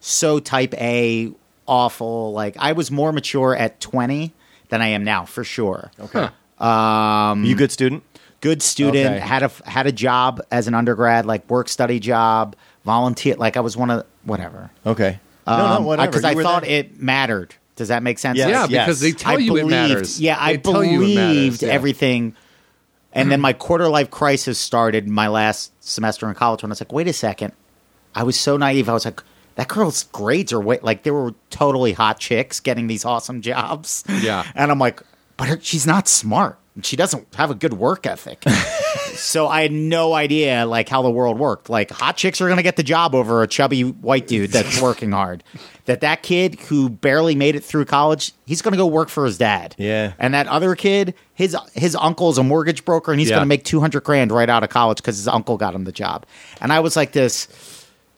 so type A, awful. Like I was more mature at 20 than I am now, for sure
Okay. Um, you good student?
good student
Okay.
had a had a job as an undergrad like work study job volunteer like i was one of whatever
Okay.
Um, I-
whatever.
because
You
i
were
thought
there.
it mattered does that make sense
Yes.
yeah,
Yes.
because they tell
I
you
believed,
it matters.
yeah i
They tell you it
believed
matters, yeah.
everything and then my quarter life crisis started my last semester in college when i was like wait a second i was so naive i was like that girl's grades are way like they were totally hot chicks getting these awesome jobs
Yeah.
and i'm like but her, she's not smart she doesn't have a good work ethic so I had no idea like how the world worked. Like hot chicks are gonna get the job over a chubby white dude that's working hard. That that kid who barely made it through college, he's gonna go work for his dad.
Yeah.
And that other kid, his his uncle is a mortgage broker, and he's
Yeah.
gonna make two hundred grand right out of college because his uncle got him the job. And I was like this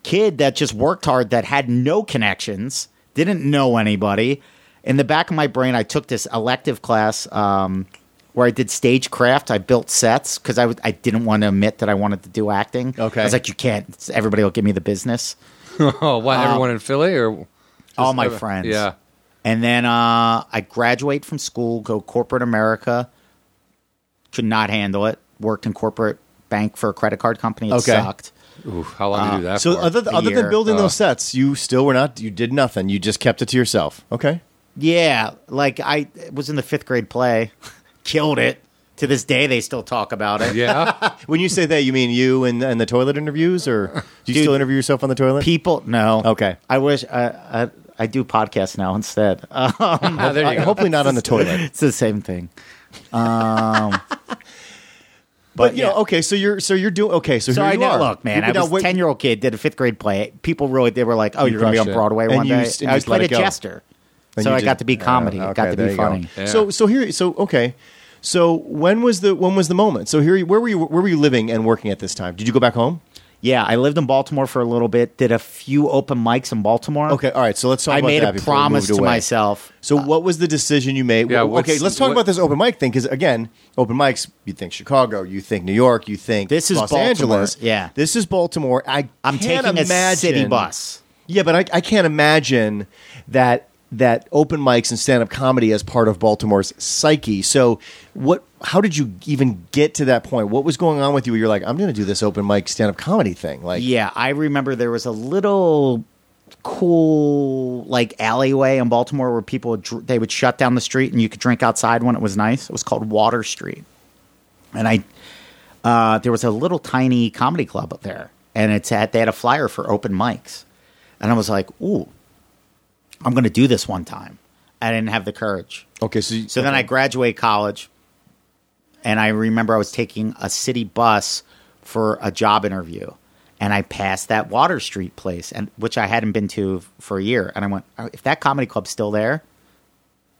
kid that just worked hard that had no connections, didn't know anybody. In the back of my brain, I took this elective class um, where I did stagecraft. I built sets because I w- I didn't want to admit that I wanted to do acting.
Okay.
I was like, you can't. It's- Everybody will give me the business.
Oh, what? everyone in Philly or
Um, All my
every-
friends.
Yeah.
And then uh, I graduate from school, go corporate America. Could not handle it. Worked in corporate bank for a credid card company. It
Okay.
sucked.
Ooh, how long do you do
Ah,
that
So
for?
other th-
a
other than
year.
building
Ugh.
those sets, you still were not. You did nothing. You just kept it to yourself. Okay.
Yeah, like I was in the fifth grade play, killed it. To this day, they still talk about it.
yeah.
When you say that, you mean you and, and the toilet interviews, or do you still interview yourself on the toilet?
People, no.
Okay.
I wish I I, I do podcasts now instead. Uh,
Ah, there
Uh,
you go.
hopefully not on the toilet.
it's the same thing.
But you know,
yeah.
okay. So you're so you're doing okay. So,
So
here
I
you
know,
are.
look, man,
You-
I
now,
was
wait-
ten year old kid, did a fifth grade play. People really, they were like, "Oh, you're going to be
crushed
on
it.
Broadway
And
one
you
day."
s- and
I
you just
played
let
a
it go.
jester,
And
so
you
I got
just-
to be comedy.
Uh,
It
okay,
got to
there
be
you go.
funny.
Yeah.
So so here so okay. So when was the when was the moment? So here you- where were you where were you living and working at this time? Did you go back home?
Yeah, I lived in Baltimore for a little bit. Did a few open mics in Baltimore.
Okay, all right. So let's talk
I
about
made
that
a
before we
promise
moved
to
away.
myself.
So what was the decision you made?
Yeah,
Well,
what's-
okay, let's talk
what-
about this open mic thing because again, open mics. You think Chicago, you think New York, you think
This is
Los
Baltimore.
Angeles.
Yeah.
this is Baltimore. I
I'm
can't
taking
imagine,
a city bus.
Yeah, but I, I can't imagine that that open mics and stand up comedy as part of Baltimore's psyche. So what? How did you even get to that point? What was going on with you? where You're like, I'm going to do this open mic stand up comedy thing. Like,
Yeah, I remember there was a little cool like alleyway in Baltimore where people would, dr- they would shut down the street and you could drink outside when it was nice. It was called Water Street, and I uh, there was a little tiny comedy club up there, and it's had they had a flyer for open mics, And I was like, ooh, I'm going to do this one time. I didn't have the courage.
Okay, so you,
So then I graduated college, and I remember I was taking a city bus for a job interview, and I passed that Water Street place, and which I hadn't been to f- for a year, and I went, "Oh, if that comedy club's still there,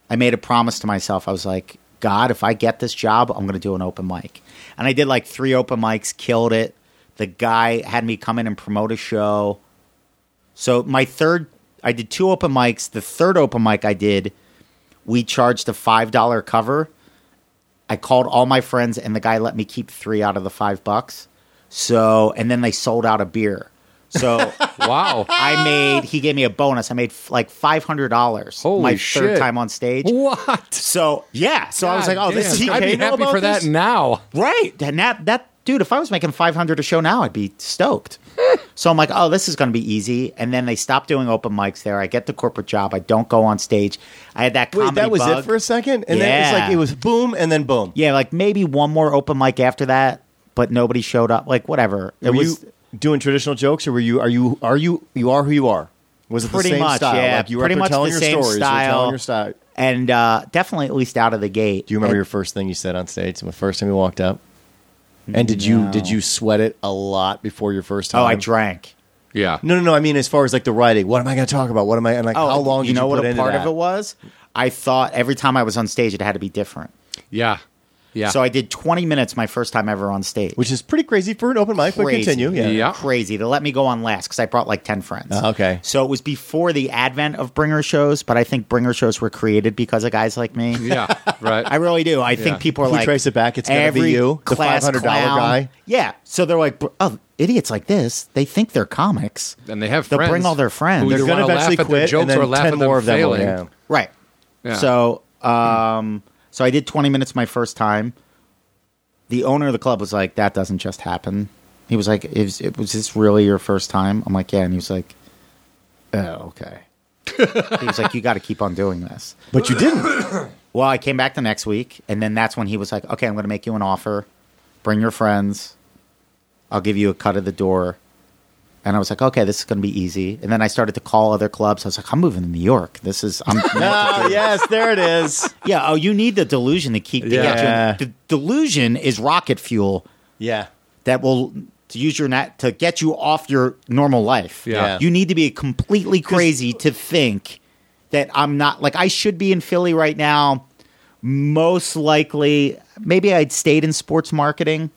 I made a promise to myself. I was like, God, if I get this job, I'm going to do an open mic, and I did like three open mics, killed it. The guy had me come in and promote a show. So my third, I did two open mics. The third open mic I did, we charged a five dollar cover. I called all my friends, and the guy let me keep three out of the five bucks. So, and then they sold out a beer. So
Wow.
I made. He gave me a bonus. I made f- like five hundred dollars.
Holy
My
shit.
third time on stage.
What?
So yeah. So I was like, oh, this is
damn.
I'd be
TK know
happy
about
for that
this?
now.
Right. And that that dude, if I was making five hundred a show now, I'd be stoked. so I'm like, oh, this is gonna be easy. And then they stopped doing open mics there. I get the corporate job. I don't go on stage. I had that comedy
wait, that was
bug.
it for a second, and then it's
Yeah.
like it was boom, and then boom.
Yeah, like maybe one more open mic after that, but nobody showed up. Like whatever. It
Were
was
you doing traditional jokes, or were you are you are you you are who you are? Was it
pretty
the same
much
style?
yeah.
like you were
pretty
up there telling
much the
your
same
stories, you were
style.
telling your style.
And uh, definitely at least out of the gate.
Do you remember your first thing you said on stage? The first time you walked up, and did you
No.
did you sweat it a lot before your first time?
Oh, I drank.
Yeah.
No, no, no. I mean, as far as like the writing, what am I going to talk about? What am I? And like,
Oh,
how long?
You
did
know what
put
a
into
part
that?
of it was? I thought every time I was on stage, it had to be different.
Yeah. Yeah.
So I did 20 minutes my first time ever on stage.
which is pretty crazy for an open mic. But
Crazy.
continue. Yeah.
Yeah.
crazy. They let me go on last because I brought like 10 friends.
Uh, okay.
So it was before the advent of bringer shows, but I think bringer shows were created because of guys like me.
yeah. Right.
I really do. I think people are
If we
like
trace it back, it's gonna be
every
you, the
class
$500
clown.
guy.
Yeah. So they're like, oh, idiots like this. They think they're comics,
and they have
They'll
friends
bring all their friends.
who
They're
either
gonna
wanna
eventually
laugh at their
quit,
jokes
and then
or laugh
10
at them
more of them will-
failing.
yeah.
right?
Yeah.
So, um, so I did 20 minutes my first time. The owner of the club was like, that doesn't just happen. He was like, is, it was this really your first time? I'm like, yeah. And he was like, oh, okay. he was like, you got to keep on doing this.
But you didn't.
Well, I came back the next week, and then that's when he was like, "Okay, I'm going to make you an offer. Bring your friends. I'll give you a cut of the door." And I was like, "Okay, this is going to be easy." And then I started to call other clubs. I was like, "I'm moving to New York. This is I'm."
ah, yes, there it is.
yeah. Oh, you need the delusion to keep. To get you.
Yeah.
The delusion is rocket fuel
Yeah.
that will to use your net to get you off your normal life.
Yeah.
You need to be completely crazy to think that I'm not like I should be in Philly right now. Most likely, maybe I'd stayed in sports marketing,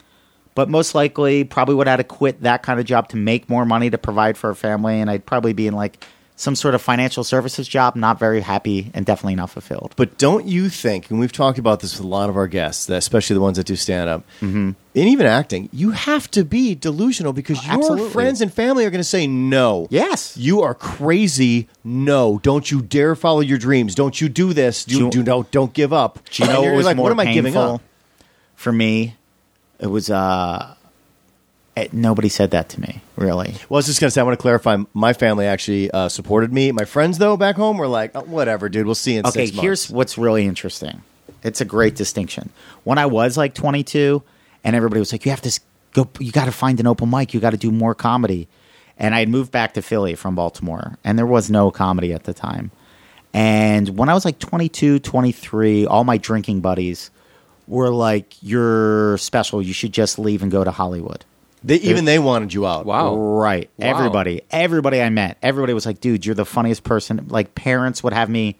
but most likely probably would have had to quit that kind of job to make more money to provide for a family, and I'd probably be in like some sort of financial services job, not very happy and definitely not fulfilled.
But don't you think, and we've talked about this with a lot of our guests, that- especially the ones that do stand up,
Mm-hmm.
and even acting, you have to be delusional because your
Absolutely.
friends and family are going to say no.
Yes.
You are crazy. No, don't you dare follow your dreams. Don't you do this. Do,
Do you-
do don't don't give up.
Do you
And
know
you're
what was
like,
more
what am I
painful
giving up?
for me? It was uh, it, nobody said that to me really.
Well, I was just gonna say, I want to clarify. My family actually uh, supported me. My friends, though, back home, were like, oh, "Whatever, dude. We'll see you in
Okay,
six months."
here's what's really interesting. It's a great distinction. When I was like 22, and everybody was like, "You have to s- go. You got to find an open mic. You got to do more comedy." And I had moved back to Philly from Baltimore, and there was no comedy at the time. And when I was like 22, 23, all my drinking buddies were like, "You're special. You should just leave and go to Hollywood."
they, even they wanted you out.
Wow.
Right.
Wow.
Everybody, everybody I met, everybody was like, dude, you're the funniest person. Like parents would have me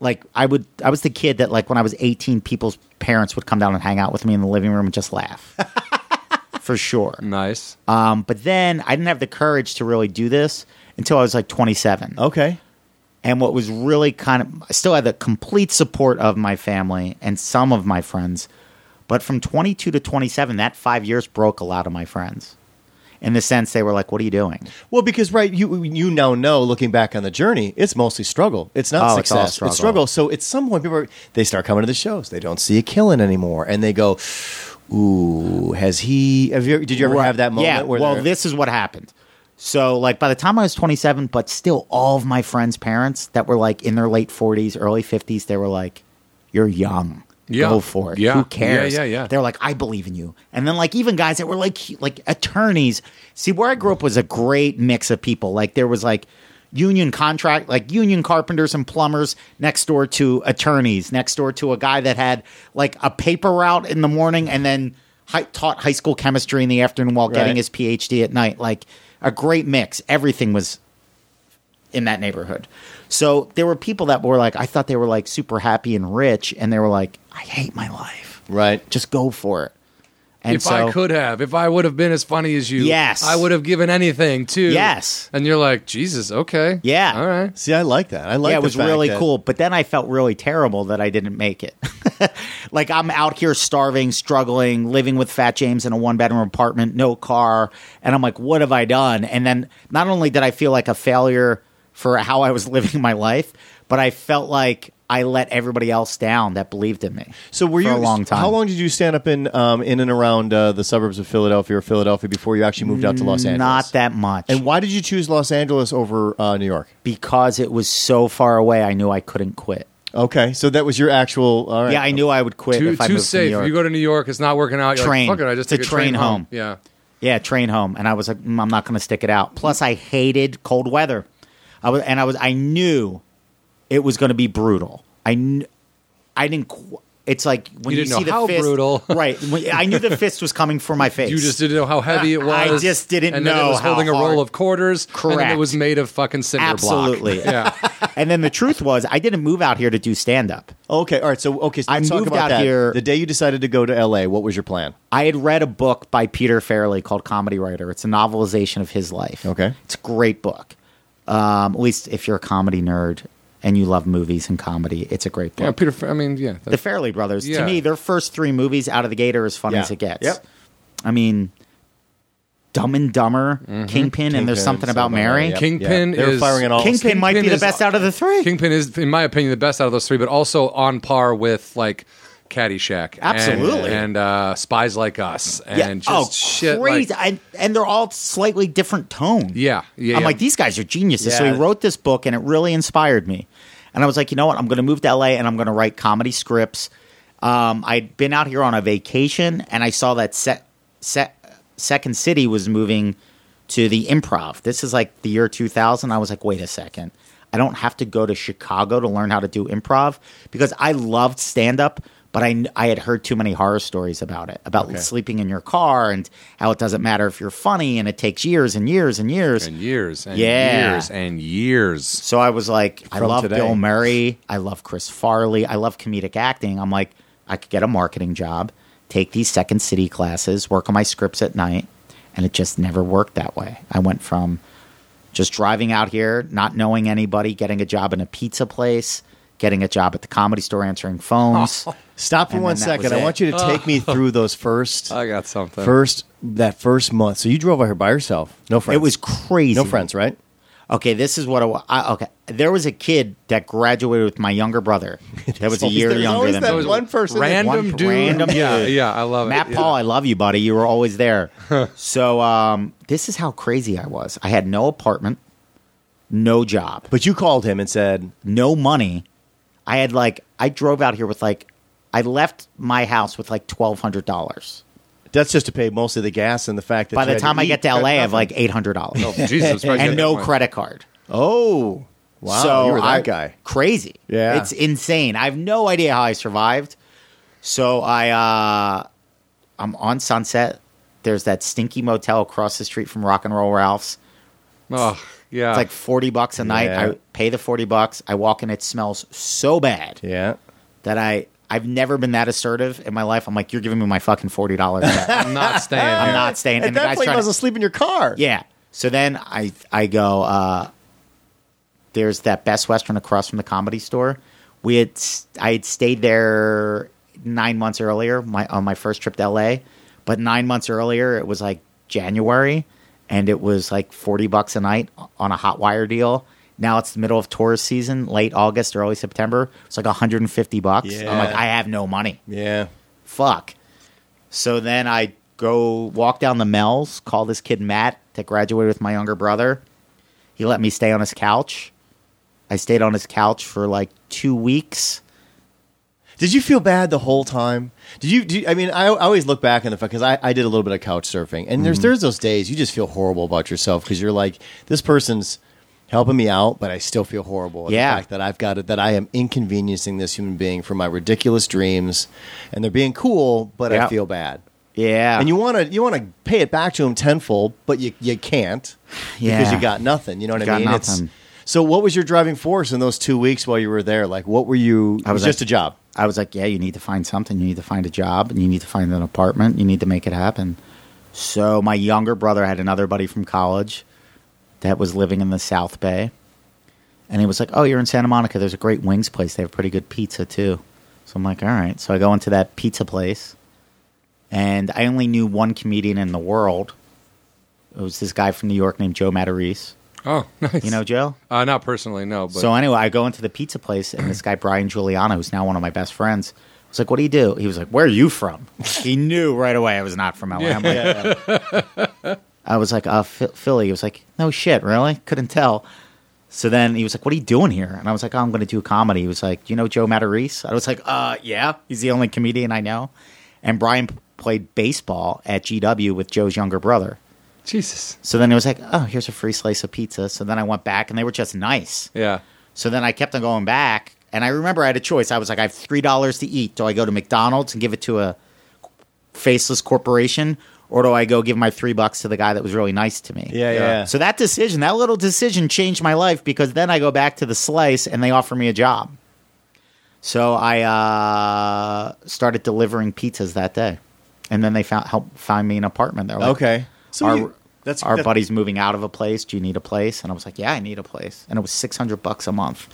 like I would I was the kid that like when I was 18 people's parents would come down and hang out with me in the living room and just laugh. For sure.
Mm. Nice.
Um, but then I didn't have the courage to really do this until I was like 27.
Okay.
And what was really kind of, I still had the complete support of my family and some of my friends. But from 22 to 27, that five years broke a lot of my friends in the sense they were like, What are you doing?
Well, because right, you you now know, looking back on the journey, it's mostly struggle. It's not
Oh, it's all
success. It's struggle.
struggle.
So at some point, people are, they start coming to the shows. They don't see a killing anymore, and they go, "Ooh, has he? Have you, did you ever have that moment?"
yeah.
Where
well,
they're-
this is what happened. So, like, by the time I was 27, but still all of my friends' parents that were like in their late 40s, early 50s, they were like, You're young.
Yeah.
Go for it.
Yeah.
Who cares?
Yeah, yeah, yeah.
They're like, I believe in you. And then like even guys that were like like attorneys. See, where I grew up was a great mix of people. Like there was like union contract, like union carpenters and plumbers next door to attorneys, next door to a guy that had like a paper route in the morning and then hi- taught high school chemistry in the afternoon while getting
Right.
his PhD at night. Like a great mix. Everything was in that neighborhood. So there were people that were like, I thought they were like super happy and rich, and they were like, I hate my life.
Right.
Just go for it. And
if
so,
I could have, if I would have been as funny as you,
Yes.
I would have given anything too.
Yes.
And you're like, Jesus, okay.
Yeah.
All right.
See, I like that. I like
yeah, it
the
was
fact
really
that-
cool. But then I felt really terrible that I didn't make it. like I'm out here starving, struggling, living with Fat James in a one bedroom apartment, no car, and I'm like, what have I done? And then not only did I feel like a failure for how I was living my life, but I felt like I let everybody else down that believed in me.
So were
for
you
a long time?
How long did you stand up in um, in and around uh, the suburbs of Philadelphia or Philadelphia before you actually moved out to Los Angeles?
Not that much.
And why did you choose Los Angeles over uh, New York?
because it was so far away, I knew I couldn't quit.
Okay, so that was your actual. All right.
Yeah, I knew I would quit
Too,
if I
too
moved to New
safe.
York.
you go to New York, it's not working out. You're
Train.
Like, Fuck it. I just
It's a
take a
train home.
Yeah.
yeah, train home, and I was like, mm, I'm not going to stick it out. Plus, I hated cold weather. I was, and I was, I knew it was going to be brutal. I, kn- I didn't. Qu- it's like when
You
you,
didn't
see
know
the
how
fist,
brutal.
right? When, I knew the fist was coming for my face.
You just didn't know how heavy it was.
I just didn't
and then
know
it was
how
holding a
hard.
roll of quarters. And then
Correct.
it was made of fucking cinder
absolutely.
block. Yeah.
and then the truth was, I didn't move out here to do stand up.
Okay, all right. So okay, so
I
let's talk
moved
about
out
that.
here-
The day you decided to go to L.A., what was your plan?
I had read a book by Peter Fairley called Comedy Writer. It's a novelization of his life.
Okay.
It's a great book. Um, at least if you're a comedy nerd and you love movies and comedy, it's a great book.
yeah. Peter, Fa- I mean, yeah.
the Fairley brothers,
Yeah.
to me, their first three movies out of the gate are as funny
Yeah.
as it gets.
Yep.
I mean, Dumb and Dumber,
Mm-hmm.
Kingpin, and there's
Kingpin,
something about
something
Mary.
Yep,
Kingpin
yeah. They were
is-
firing it all.
Kingpin, might be
Kingpin
the
is-
best out of the three.
Kingpin is, in my opinion, the best out of those three, but also on par with like Caddyshack, and-
Absolutely. Oh,
and, uh, Spies Like Us, and just shit. like-
crazy! and, and they're all slightly different tone.
yeah, yeah.
I'm
yeah.
like, these guys are geniuses. So
Yeah.
he wrote this book and it really inspired me. And I was like, you know what? I'm going to move to LA and I'm going to write comedy scripts. Um, I'd been out here on a vacation and I saw that set, set, Second City was moving to the improv. This is like the year 2000. I was like, wait a second. I don't have to go to Chicago to learn how to do improv because I loved stand up, but I, kn- I had heard too many horror stories about it, about sleeping in your car and how it doesn't matter if you're funny and it takes years and years and years.
and years and
Yeah.
years and years.
So I was like, I
From
love
today.
Bill Murray. I love Chris Farley. I love comedic acting. I'm like, I could get a marketing job, take these Second City classes, work on my scripts at night. And it just never worked that way. I went from just driving out here, not knowing anybody, getting a job in a pizza place, getting a job at the comedy store answering phones.
Stop for
And
one
then that was
second. I
it.
want you to take me through those first
I got something.
first that first month. So you drove out here by yourself, no friends.
It was crazy.
no friends, right?
Okay, this is what I, wa- I okay. There was a kid that graduated with my younger brother. That was a
always-
year
there's
younger
always
than
that
me.
Those
one person that-
random
One
dude.
random
yeah,
dude.
Oh, yeah. I love
Matt
it.
Paul, I love you, buddy. You were always there. so um, this is how crazy I was. I had no apartment, no job,
But you called him and said,
no money. I had like I drove out here with like I left my house with like twelve hundred dollars.
"That's just to pay mostly the gas and the fact that."
By
you
the
had
time I
eat,
get to LA, I have
nothing."
like eight hundred dollars
Yeah. Oh, Jesus, Christ,
and
yeah,
no
yeah.
credit card.
"Oh, wow,
so
you were that
I-
guy."
Crazy.
Yeah.
It's insane. I have no idea how I survived. So I uh I'm on Sunset. There's that stinky motel across the street from Rock and Roll Ralph's.
Oh, yeah.
It's like 40 bucks a night.
Ah. Yeah.
I pay the 40 bucks. I walk in it smells so bad
Yeah.
that I I've never been that assertive in my life. I'm like you're giving me my fucking $40 back.
I'm not staying. Here.
I'm not staying
At
and the
that
guy's
point, you
trying
might as
to
well sleep in your car.
yeah. So then I I go. Uh, there's that Best Western across from the comedy store. We had s- I had stayed there nine months earlier my on my first trip to L.A. But nine months earlier, it was like January, and it was like forty bucks a night on a hot wire deal. Now it's the middle of tourist season, late August, early September. It's like 150 bucks. I'm like,
Yeah.
I have no money
Yeah.
fuck. So then I go walk down the Mel's, call this kid Matt that graduated with my younger brother. He let me stay on his couch. I stayed on his couch for like two weeks.
Did Did you feel bad the whole time? Did you? Do you- I mean, I, I always look back on the because I, I did a little bit of couch surfing, and
Mm-hmm.
there's there's those days you just feel horrible about yourself because you're like, this person's helping me out, but I still feel horrible. at
Yeah.
the fact that I've got it, that I am inconveniencing this human being for my ridiculous dreams, and they're being cool, but
Yeah. Uh,
I feel bad.
Yeah.
And you want to you want to pay it back to him tenfold, but you you can't because
Yeah.
you got nothing. You know what I
Got
mean?
nothing.
so, what was your driving force in those two weeks while you were there? Like, what were you?
I was
it was just
like-
a job.
I was like, yeah, you need to find something. You need to find a job and you need to find an apartment. You need to make it happen. So my younger brother had another buddy from college that was living in the South Bay. And he was like, oh, you're in Santa Monica. There's a great wings place. They have pretty good pizza, too. So I'm like, all right. So I go into that pizza place. And I only knew one comedian in the world. It was this guy from New York named Joe Matarese.
Oh, nice.
You know Joe?
uh, not personally, no. But
So anyway, I go into the pizza place, and this guy Brian Giuliano, who's now one of my best friends, was like, "What do you do?" He was like, "Where are you from?" he knew right away I was not from LA. I'm like, I was like, uh, Ph- "Philly." He was like, "No shit, really? Couldn't tell." So then he was like, "What are you doing here?" And I was like, "Oh, I'm going to do comedy." He was like, "Do you know Joe Matarese?" I was like, "Uh, yeah. He's the only comedian I know." And Brian p- played baseball at GW with Joe's younger brother.
Jesus.
So then it was like, "Oh, here's a free slice of pizza." So then I went back, and they were just nice.
Yeah.
So then I kept on going back, and I remember I had a choice. I was like, I have three dollars to eat. Do I go to McDonald's and give it to a faceless corporation, or do I go give my three bucks to the guy that was really nice to me?
Yeah, yeah.
So that decision, that little decision, changed my life because then I go back to the slice and they offer me a job. So I uh, started delivering pizzas that day, and then they found helped find me an apartment. They're like,
okay. So
our,
you- that's
our
that-
buddy's moving out of a place. Do you need a place? And I was like, yeah, I need a place. And it was 600 bucks a month.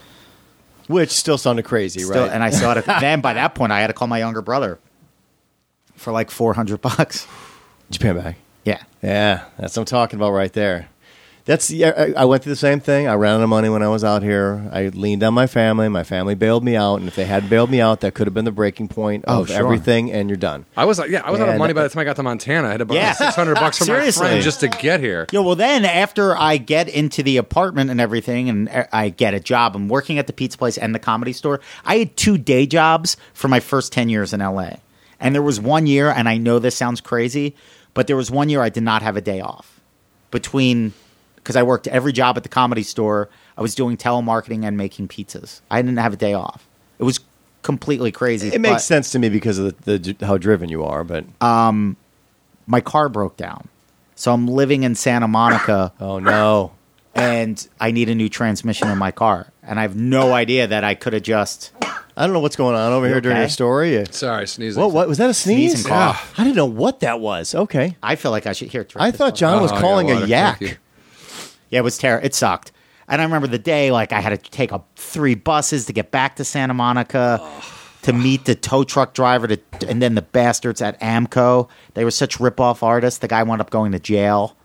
Which still sounded crazy,
Still,
right?
And I saw it. then by that point, I had to call my younger brother for like 400 bucks.
Japan back.
Yeah.
Yeah, that's what I'm talking about right there. That's yeah. I, I went through the same thing. I ran out of money when I was out here. I leaned on my family. My family bailed me out, and if they had bailed me out, that could have been the breaking point
Oh,
of
sure.
everything, and you're done.
I was like, yeah, I was out
Yeah,
of money
that-
by the time I got to Montana. I had to borrow
Yeah.
six hundred bucks from my
Seriously.
friend just to get here.
Yo, well, then after I get into the apartment and everything, and uh, I get a job, I'm working at the pizza place and the comedy store. I had two day jobs for my first 10 years in LA. And there was one year, and I know this sounds crazy, but there was one year I did not have a day off between because I worked every job at the comedy store. I was doing telemarketing and making pizzas. I didn't have a day off. It was completely crazy.
It makes
but Uh,
sense to me because of the, the how driven you are, but
My car broke down. So I'm living in Santa Monica.
oh no.
and I need a new transmission in my car. And I have no idea that I could have just
I don't know what's going on over here during
okay?
your story.
Sorry, sneezing.
What, what was that a sneeze?
sneeze and cough.
I didn't know what that was. Okay.
I feel like I should hear. drink
I
this
thought
one.
John was
Oh, I got
calling
water.
a
Thank you.
yak.
Yeah, it was terrible. It sucked. And I remember the day, like I had to take up three buses to get back to Santa Monica to meet the tow truck driver, to, and then the bastards at Amco. They were such rip-off artists. The guy wound up going to jail,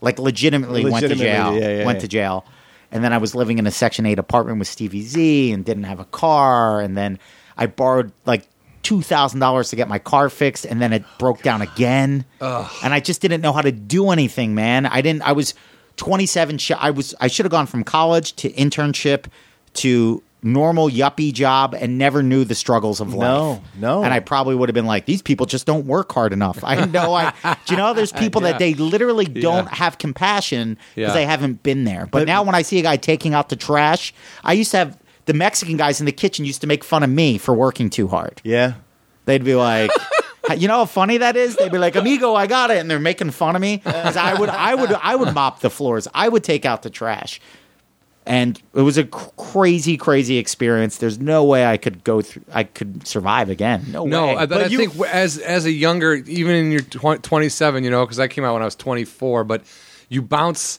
like legitimately,
Legitimately,
went to jail.
yeah, yeah,
went
yeah.
to jail. And then I was living in a Section Eight apartment with Stevie Z, and didn't have a car. And then I borrowed like two thousand dollars to get my car fixed, and then it broke down again. And I just didn't know how to do anything, man. I didn't. I was twenty seven. Sh- I was. I should have gone from college to internship to normal yuppie job, and never knew the struggles of life.
no.
And I probably would have been like, these people just don't work hard enough. I know. I do you know there's people that they literally don't have compassion because
Yeah.
they haven't been there. But, now when I see a guy taking out the trash, I used to have the Mexican guys in the kitchen used to make fun of me for working too hard.
Yeah.
They'd be like. You know how funny that is? They'd be like, "Amigo, I got it," and they're making fun of me 'Cause I would, I would, I would mop the floors. I would take out the trash, and it was a cr- crazy, crazy experience. There's no way I could go through. I could survive again. No, way.
No, I, but I
you-
think w- as as a younger, even in your tw- 27, you know, because I came out when I was 24, but you bounce.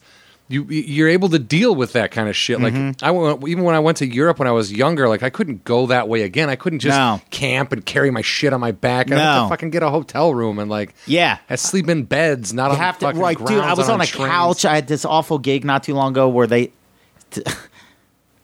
You you're able to deal with that kind of shit. Like
Mm-hmm.
I went, even when I went to Europe when I was younger, like I couldn't go that way again. I couldn't just
No.
camp and carry my shit on my back. I have
No.
to fucking get a hotel room and like
Yeah.
I sleep in beds, not
You
on
have to,
fucking
like, dude, I
grounds
was
and
on a
trains.
couch. I had this awful gig not too long ago where they, t-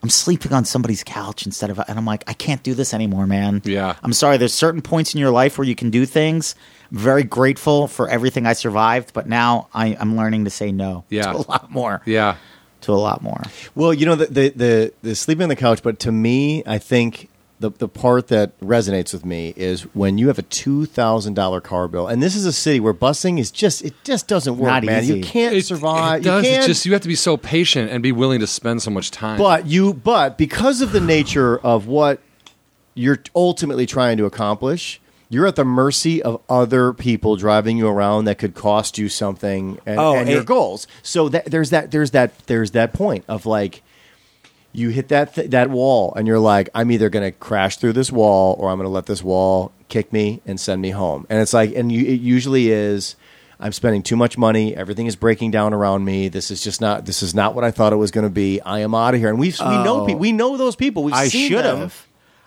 I'm sleeping on somebody's couch instead of, and I'm like, I can't do this anymore, man.
Yeah.
I'm sorry. There's certain points in your life where you can do things. I'm very grateful for everything I survived, but now I, I'm learning to say no
Yeah.
to a lot more.
Yeah,
To a lot more.
Well, you know the the the, the sleeping on the couch, but to me, I think the, the part that resonates with me is when you have a two thousand dollar car bill, and this is a city where busing is just it just doesn't work,
Not
man.
easy.
You can't
It-
survive.
It does.
You
It's
can't
just you have to be so patient and be willing to spend so much time.
but you but because of the nature of what you're ultimately trying to accomplish you're at the mercy of other people driving you around that could cost you something and,
Oh,
and your
it-
goals so that there's that there's that there's that point of like you hit that th- that wall and you're like i'm either going to crash through this wall or i'm going to let this wall kick me and send me home and it's like and you, it usually is i'm spending too much money everything is breaking down around me this is just not this is not what i thought it was going to be i am out of here and we've we know pe- we know those people we've
Oh. I
seen
should
them.
have.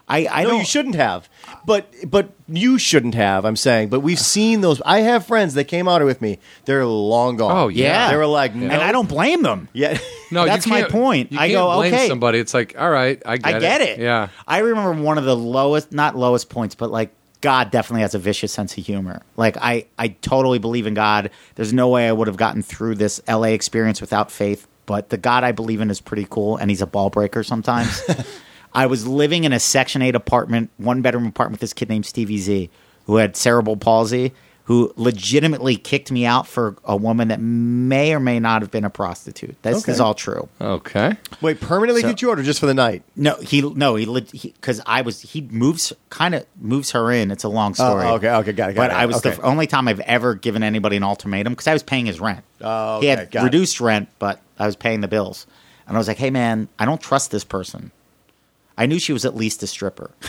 I, I
no,
don't.
you shouldn't have. But but you shouldn't have. I'm saying. But we've seen those. I have friends that came out with me. They're long gone.
Oh, yeah.
Yeah.
They were like, no,
And I don't blame them.
Yeah.
no, you
that's my
can't-
point.
You
I
can't
go,
blame
okay.
somebody. It's like, all right, I get,
I get it.
Yeah,
I remember one of the lowest, not lowest points, but like God definitely has a vicious sense of humor. Like I, I totally believe in God. There's no way I would have gotten through this LA experience without faith. But the God I believe in is pretty cool, and he's a ball breaker sometimes. I was living in a Section 8 apartment, one bedroom apartment with this kid named Stevie Z, who had cerebral palsy, who legitimately kicked me out for a woman that may or may not have been a prostitute. This
Okay.
is all true.
okay.
Wait, permanently
So-
get you out or just for the night?
No, he no he because I was he moves kind of moves her in. It's a long story.
Oh, okay, okay, got it, got it,
but
got it.
I was the
Okay.
f- only time I've ever given anybody an ultimatum because I was paying his rent.
Oh,
he
okay,
had
got it.
reduced rent, but I was paying the bills, and I was like, "Hey, man, I don't trust this person. I knew she was at least a stripper."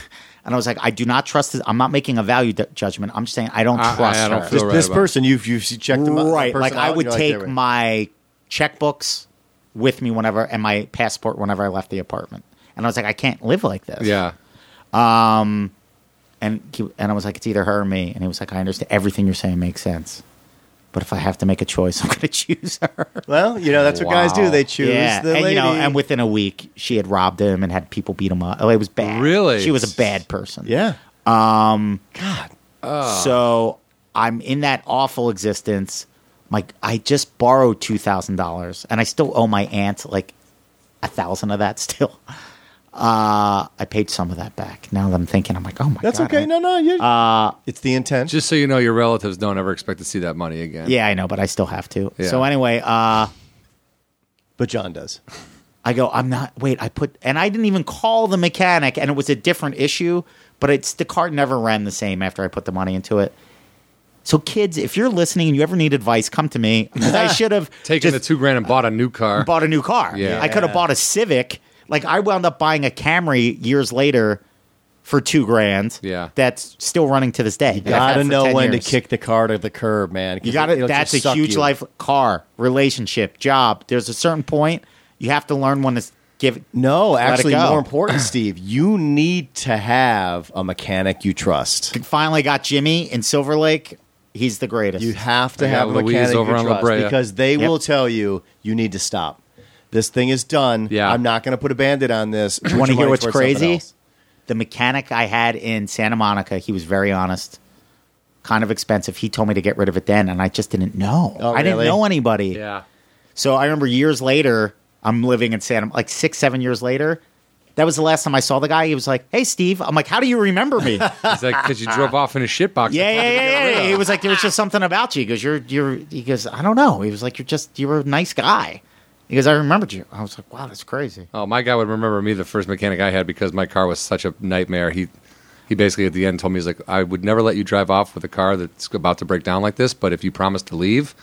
And I was like, I do not trust this. I'm not making a value d- judgment. I'm just saying I don't
I- I-
trust
I don't
her.
feel
This,
right
this
about it.
person, you've you've checked them out. the
Right.
uh, person
Like I
out,
would
you're
take
there we go.
my checkbooks with me whenever and my passport whenever I left the apartment. And I was like, I can't live like this.
Yeah,
And he, and I was like, it's either her or me. And he was like, I understand everything you're saying makes sense. But if I have to make a choice, I'm going to choose her.
Well, you know that's what guys do.
Wow.
They choose
yeah.
the
and
lady.
you know, and within a week, she had robbed him and had people beat him up. Oh, it was bad.
Really?
She was a bad person.
yeah.
So I'm in that awful existence. Like I just borrowed two thousand dollars, and I still owe my aunt like a thousand of that. Still, uh, I paid some of that back. Now that I'm thinking, I'm like, oh my
That's
god,
okay.
I-
No, no. You, it's the intent.
just so you know, your relatives don't ever expect to see that money again.
yeah, I know, but I still have to.
Yeah.
So anyway, uh,
but John does.
I go, I'm not. Wait, I put, and I didn't even call the mechanic, and it was a different issue. But it's the car never ran the same after I put the money into it. So kids, if you're listening and you ever need advice, come to me. 'Cause I should have
Taking
just-
the two grand and bought a new car.
bought a new car.
Yeah.
I could have bought a Civic. Like I wound up buying a Camry years later for two grand.
Yeah.
That's still running to this day. That I've had
Gotta
for
know
10
when
years.
to kick the car to the curb, man. 'cause
You got it.
it'll
That's a
just suck
huge
you.
life car, relationship, job. There's a certain point you have to learn when to s- give
No,
let it
actually,
go.
more important, Steve. You need to have a mechanic you trust.
Finally got Jimmy in Silver Lake. He's the greatest.
You have to
I got
have a
Louise
mechanic
over
you
on La
trust
Brea.
because they
Yep.
will tell you you need to stop. This thing is done.
Yeah.
I'm not going to put a bandit on this. Put
want
your
to hear
money
what's
towards something
crazy?
else.
The mechanic I had in Santa Monica, he was very honest, kind of expensive. He told me to get rid of it then, and I just didn't know.
Oh,
I didn't
really?
know anybody.
yeah.
So I remember years later, I'm living in Santa, like six, seven years later. That was the last time I saw the guy. He was like, "Hey, Steve." I'm like, "How do you remember me?" yeah,
It's like because you drove off in a shitbox.
yeah, yeah, yeah, yeah. He was like, "There was just something about you." He goes, "You're, you're." He goes, "I don't know." He was like, "You're just, you were a nice guy." He goes, "I remembered you." I was like, "Wow, that's crazy."
Oh, my guy would remember me, the first mechanic I had, because my car was such a nightmare. He he basically at the end told me he's like, I would never let you drive off with a car that's about to break down like this, but if you promise to leave,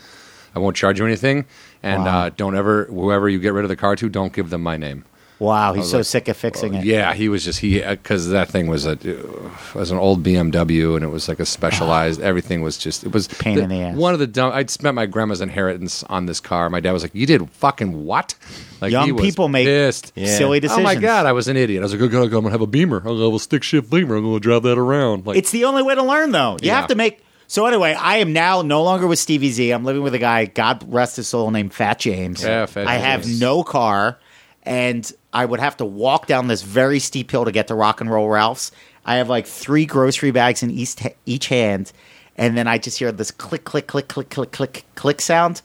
I won't charge you anything, and
Wow.
uh, don't ever whoever you get rid of the car to, don't give them my name.
Wow, he's so sick of fixing it.
Yeah, he was just he because that thing was a uh, was an old BMW and it was like a specialized. everything was just it was
Pain in the ass.
One of the dumb. I'd spent my grandma's inheritance on this car. My dad was like, "You did fucking what?" Like
Young people make
pissed.
silly decisions.
Oh my god, I was an idiot. I was like, "Oh god, I'm gonna have a Beamer. I'm gonna have a stick shift Beamer. I'm gonna drive that around." Like
It's the only way to learn, though. You
Yeah.
have to make. So anyway, I am now no longer with Stevie Z. I'm living with a guy, God rest his soul, named Fat James.
Yeah, Fat
I have
James.
no car, and I would have to walk down this very steep hill to get to Rock and Roll Ralph's. I have like three grocery bags in each, each hand, and then I just hear this click, click, click, click, click, click, click sound.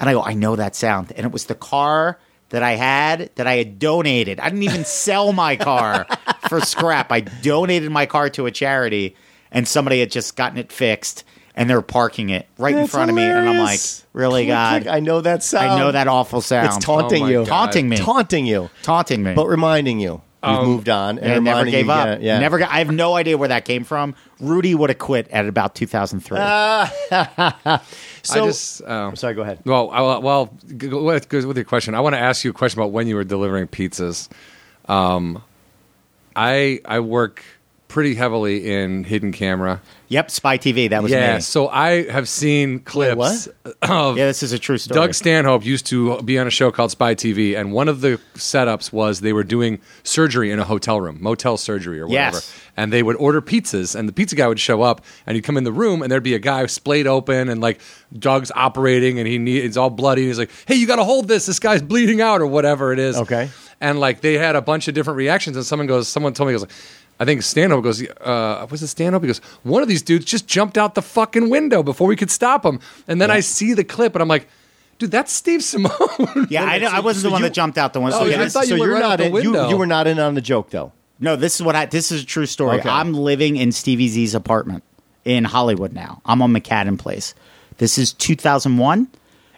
And I go, I know that sound. And it was the car that I had that I had donated. I didn't even sell my car for scrap. I donated my car to a charity, and somebody had just gotten it fixed, and they're parking it right in
That's
front of me, and I'm like,
hilarious.
really,
Click,
God,
click. I know that sound.
I know that awful sound.
It's taunting
Oh my
you.
God.
taunting me,
Taunting you.
taunting me.
But reminding you. You've
Um,
moved on. And
and I
reminding
never gave
you
up.
again. Yeah.
Never got, I have no idea where that came from. Rudy would have quit at about 2003.
Ah. So,
I just. Uh,
I'm sorry, go ahead.
Well, I, well, g- go with go with your question, I want to ask you a question about when you were delivering pizzas. Um, I I work pretty heavily in hidden camera.
yep, Spy TV. That was
yeah,
me.
so I have seen clips of
Yeah, this is a true story.
Doug Stanhope used to be on a show called Spy TV, and one of the setups was they were doing surgery in a hotel room, motel surgery or whatever.
Yes.
And they would order pizzas, and the pizza guy would show up, and he'd come in the room, and there'd be a guy splayed open, and like Doug's operating, and he need, he's all bloody, and he's like, "Hey, you got to hold this. This guy's bleeding out, or whatever it is."
Okay.
And like they had a bunch of different reactions, and someone goes, someone told me, he goes, I think Stanhope goes, uh, was it Stanhope? He goes, one of these dudes just jumped out the fucking window before we could stop him. And then I see the clip, and I'm like, dude, that's Steve Simone.
Yeah, I, I wasn't the one that jumped out the one.
Oh,
so
yeah,
yeah,
I
this-
thought you
so
went
are
right out
not
the
in, you,
window.
you were not in on the joke though.
No, this is what I. This is a true story.
Okay.
I'm living in Stevie Z's apartment in Hollywood now. I'm on McCadden Place. This is 2001.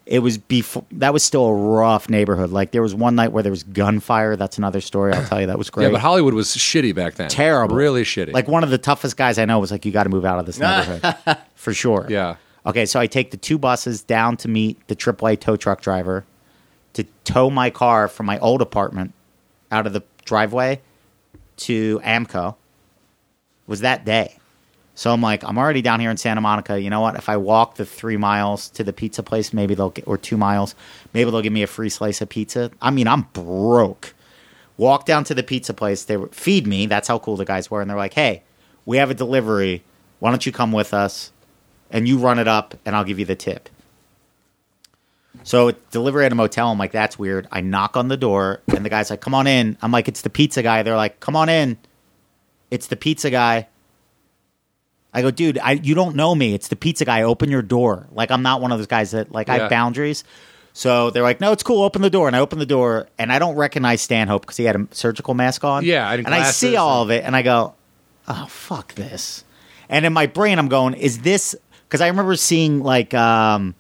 It was before that was still a rough neighborhood. Like there was one night where there was gunfire. That's another story. I'll tell you that was great.
Yeah, but Hollywood was shitty back then.
terrible,
Really shitty.
Like one of the toughest guys I know was like, "You got to move out of this neighborhood for sure."
Yeah.
Okay, so I take the two buses down to meet the AAA tow truck driver to tow my car from my old apartment out of the driveway to Amco. was that day. So I'm like, I'm already down here in Santa Monica. You know what? If I walk the three miles to the pizza place, maybe they'll get, or two miles, maybe they'll give me a free slice of pizza. I mean, I'm broke. Walk down to the pizza place. They were, feed me. That's how cool the guys were. And they're like, hey, we have a delivery. Why don't you come with us and you run it up and I'll give you the tip. So delivery at a motel. I'm like, that's weird. I knock on the door and the guy's like, come on in. I'm like, it's the pizza guy. They're like, come on in. It's the pizza guy. I go, dude, I, you don't know me. It's the pizza guy. Open your door. Like, I'm not one of those guys that, like, I
Yeah.
have boundaries. So they're like, no, it's cool. Open the door. And I open the door and I don't recognize Stanhope because he had a surgical mask on.
Yeah, and
And, I see
glasses
all of it and I go, oh, fuck this. And in my brain, I'm going, is this, because I remember seeing, like, um,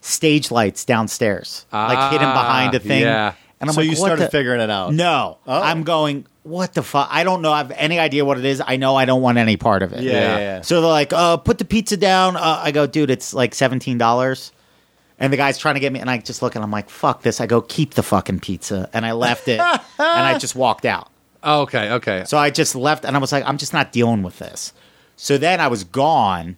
stage lights downstairs, like hidden
Ah,
behind a thing.
yeah.
And I'm
so
like,
you
what
started
the-
figuring it out.
no,
Oh.
I'm going. What the fuck? I don't know. I have any idea what it is. I know I don't want any part of it.
Yeah, yeah, yeah.
So they're like, uh, put the pizza down. Uh, I go, dude, it's like seventeen dollars. And the guy's trying to get me, and I just look and I'm like, fuck this. I go, keep the fucking pizza, and I left it, and I just walked out.
oh, okay, okay.
So I just left, and I was like, I'm just not dealing with this. So then I was gone,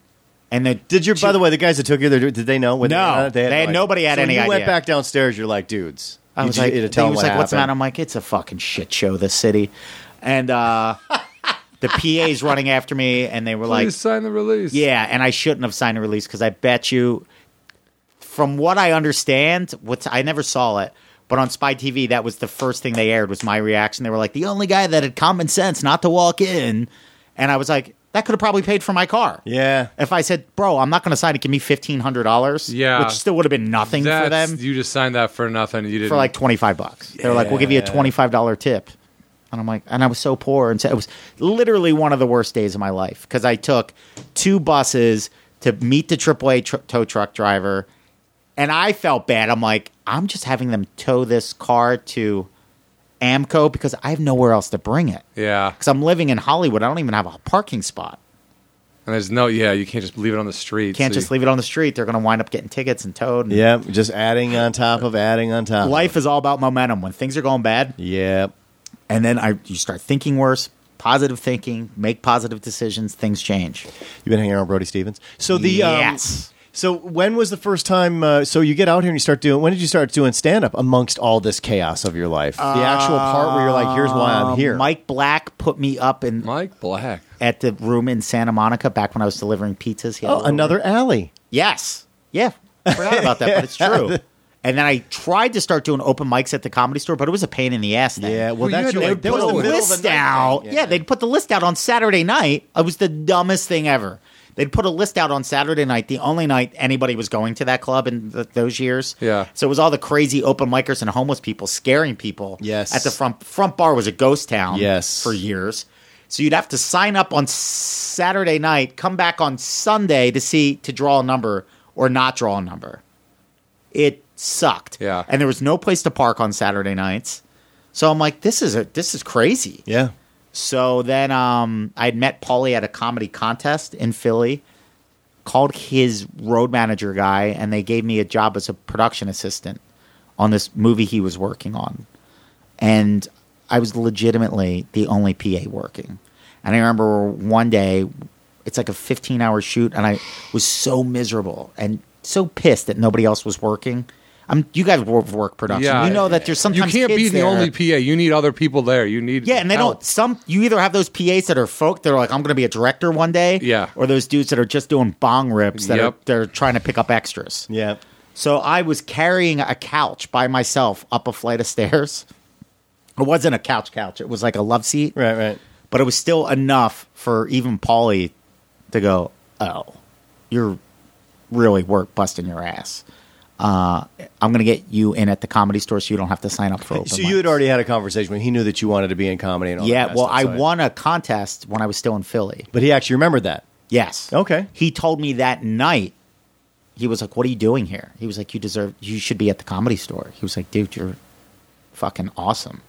and then
Did your by the way, the guys that took you there, did they know? when
No.
were on it?
They had-
idea.
nobody had
So
any
you went
idea.
back downstairs. You're like, dudes.
I
you
was
just-
like,
you had to
they
tell them
was
what
like, "What's the
happened.
matter?" I'm like, "It's a fucking shit show, this city," and uh, the PA's running after me, and they were
Please
like,
sign the release.
"Yeah," and I shouldn't have signed a release because I bet you, from what I understand, what's I never saw it, but on Spy TV, that was the first thing they aired was my reaction. They were like, "The only guy that had common sense not to walk in," and I was like, "That could have probably paid for my car."
Yeah.
If I said, "Bro, I'm not going to sign it. Give me fifteen hundred dollars,"
Yeah.
which still would have been nothing for
That's,
them
you just signed that for nothing. You didn't.
for like 25 bucks. They're like, we'll give you a $25 tip. And I'm like, and I was so poor. And so it was literally one of the worst days of my life because I took two buses to meet the AAA tr- tow truck driver. And I felt bad. I'm like, I'm just having them tow this car to Amco because I have nowhere else to bring it.
yeah.
Because I'm living in Hollywood. I don't even have a parking spot.
And there's no. Yeah, you can't just leave it on the street.
Can't
so
just
you-
leave it on the street. They're going to wind up getting tickets and towed. And
Yeah. Just adding on top of adding on top. of-
Life is all about momentum. When things are going bad,
Yep.
and then I you start thinking worse. Positive thinking, make positive decisions, things change.
You've been hanging around Brody Stevens. So the um,
Yes.
so when was the first time? Uh, so you get out here and you start doing. When did you start doing stand up amongst all this chaos of your life? The actual part where you're like, "Here's why I'm here."
Uh, Um, Mike Black put me up in
Mike Black.
at the room in Santa Monica back when I was delivering pizzas. He had a
oh,
little-
another alley.
Yes. Yeah. Forgot about that, but it's true. And then I tried to start doing open mics at the comedy store, but it was a pain in the ass. Then.
Yeah. Well,
Well, you
that's
had to,
your-
like,
that
put
was
a
the middle of the
list
night
out.
thing.
Yeah. they'd put the list out on Saturday night. It was the dumbest thing ever. They'd put a list out on Saturday night, the only night anybody was going to that club in th those years.
Yeah.
So it was all the crazy open micers and homeless people scaring people.
Yes.
At the front front bar was a ghost town.
Yes.
For years. So you'd have to sign up on Saturday night, come back on Sunday to see to draw a number or not draw a number. It sucked.
Yeah.
And there was no place to park on Saturday nights. So I'm like, this is a this is crazy.
Yeah.
So then um, I'd met Paulie at a comedy contest in Philly, called his road manager guy, and they gave me a job as a production assistant on this movie he was working on. And I was legitimately the only PA working. And I remember one day, it's like a 15 hour shoot, and I was so miserable and so pissed that nobody else was working. I'm, you guys work, work production.
Yeah.
you know that there's
You
sometimes
can't be
kids
the
there.
only PA. You need other people there. You need
Yeah, and they
help.
don't. Some you either have those PAs that are folk that are like, I'm going to be a director one day.
Yeah.
Or those dudes that are just doing bong rips that are
Yep.
they're trying to pick up extras.
Yeah.
So I was carrying a couch by myself up a flight of stairs. It wasn't a couch couch. It was like a love seat,
Right. Right.
but it was still enough for even Paulie to go, "Oh, you're really work busting your ass." Uh, I'm going to get you in at the comedy store so you don't have to sign up for open
So you had
mics."
already had a conversation when he knew that you wanted to be in comedy and all. that
Yeah,
kinda
well,
stuff,
I
so-
won a contest when I was still in Philly.
But he actually remembered that.
Yes.
Okay.
He told me that night. He was like, "What are you doing here?" He was like, "You deserve. You should be at the comedy store." He was like, "Dude, you're fucking awesome."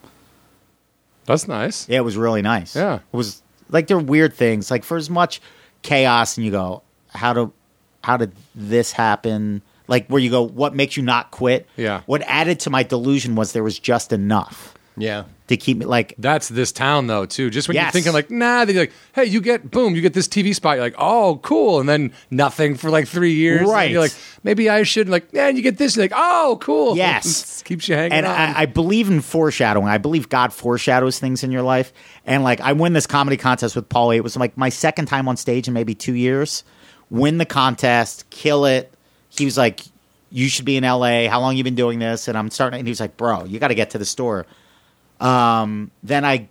That's nice.
Yeah, it was really nice.
Yeah.
It was like they're weird things. Like for as much chaos and you go, how do how did this happen? Like where you go, what makes you not quit?
Yeah.
What added to my delusion was there was just enough
Yeah.
to keep me like
That's this town though too. Just when you're
Yes.
thinking like, nah, they're like, hey, you get boom, you get this TV spot. You're like, oh, cool, and then nothing for like three years. And
Right.
you're like, maybe I should like, yeah, you get this. You're like, oh, cool.
Yes.
keeps you hanging.
and
on.
I, I believe in foreshadowing. I believe God foreshadows things in your life. And like I win this comedy contest with Paulie. It was like my second time on stage in maybe two years. Win the contest, kill it. He was like, "You should be in LA. How long you been doing this?" And I'm starting. And he was like, "Bro, you got to get to the store." Um, then I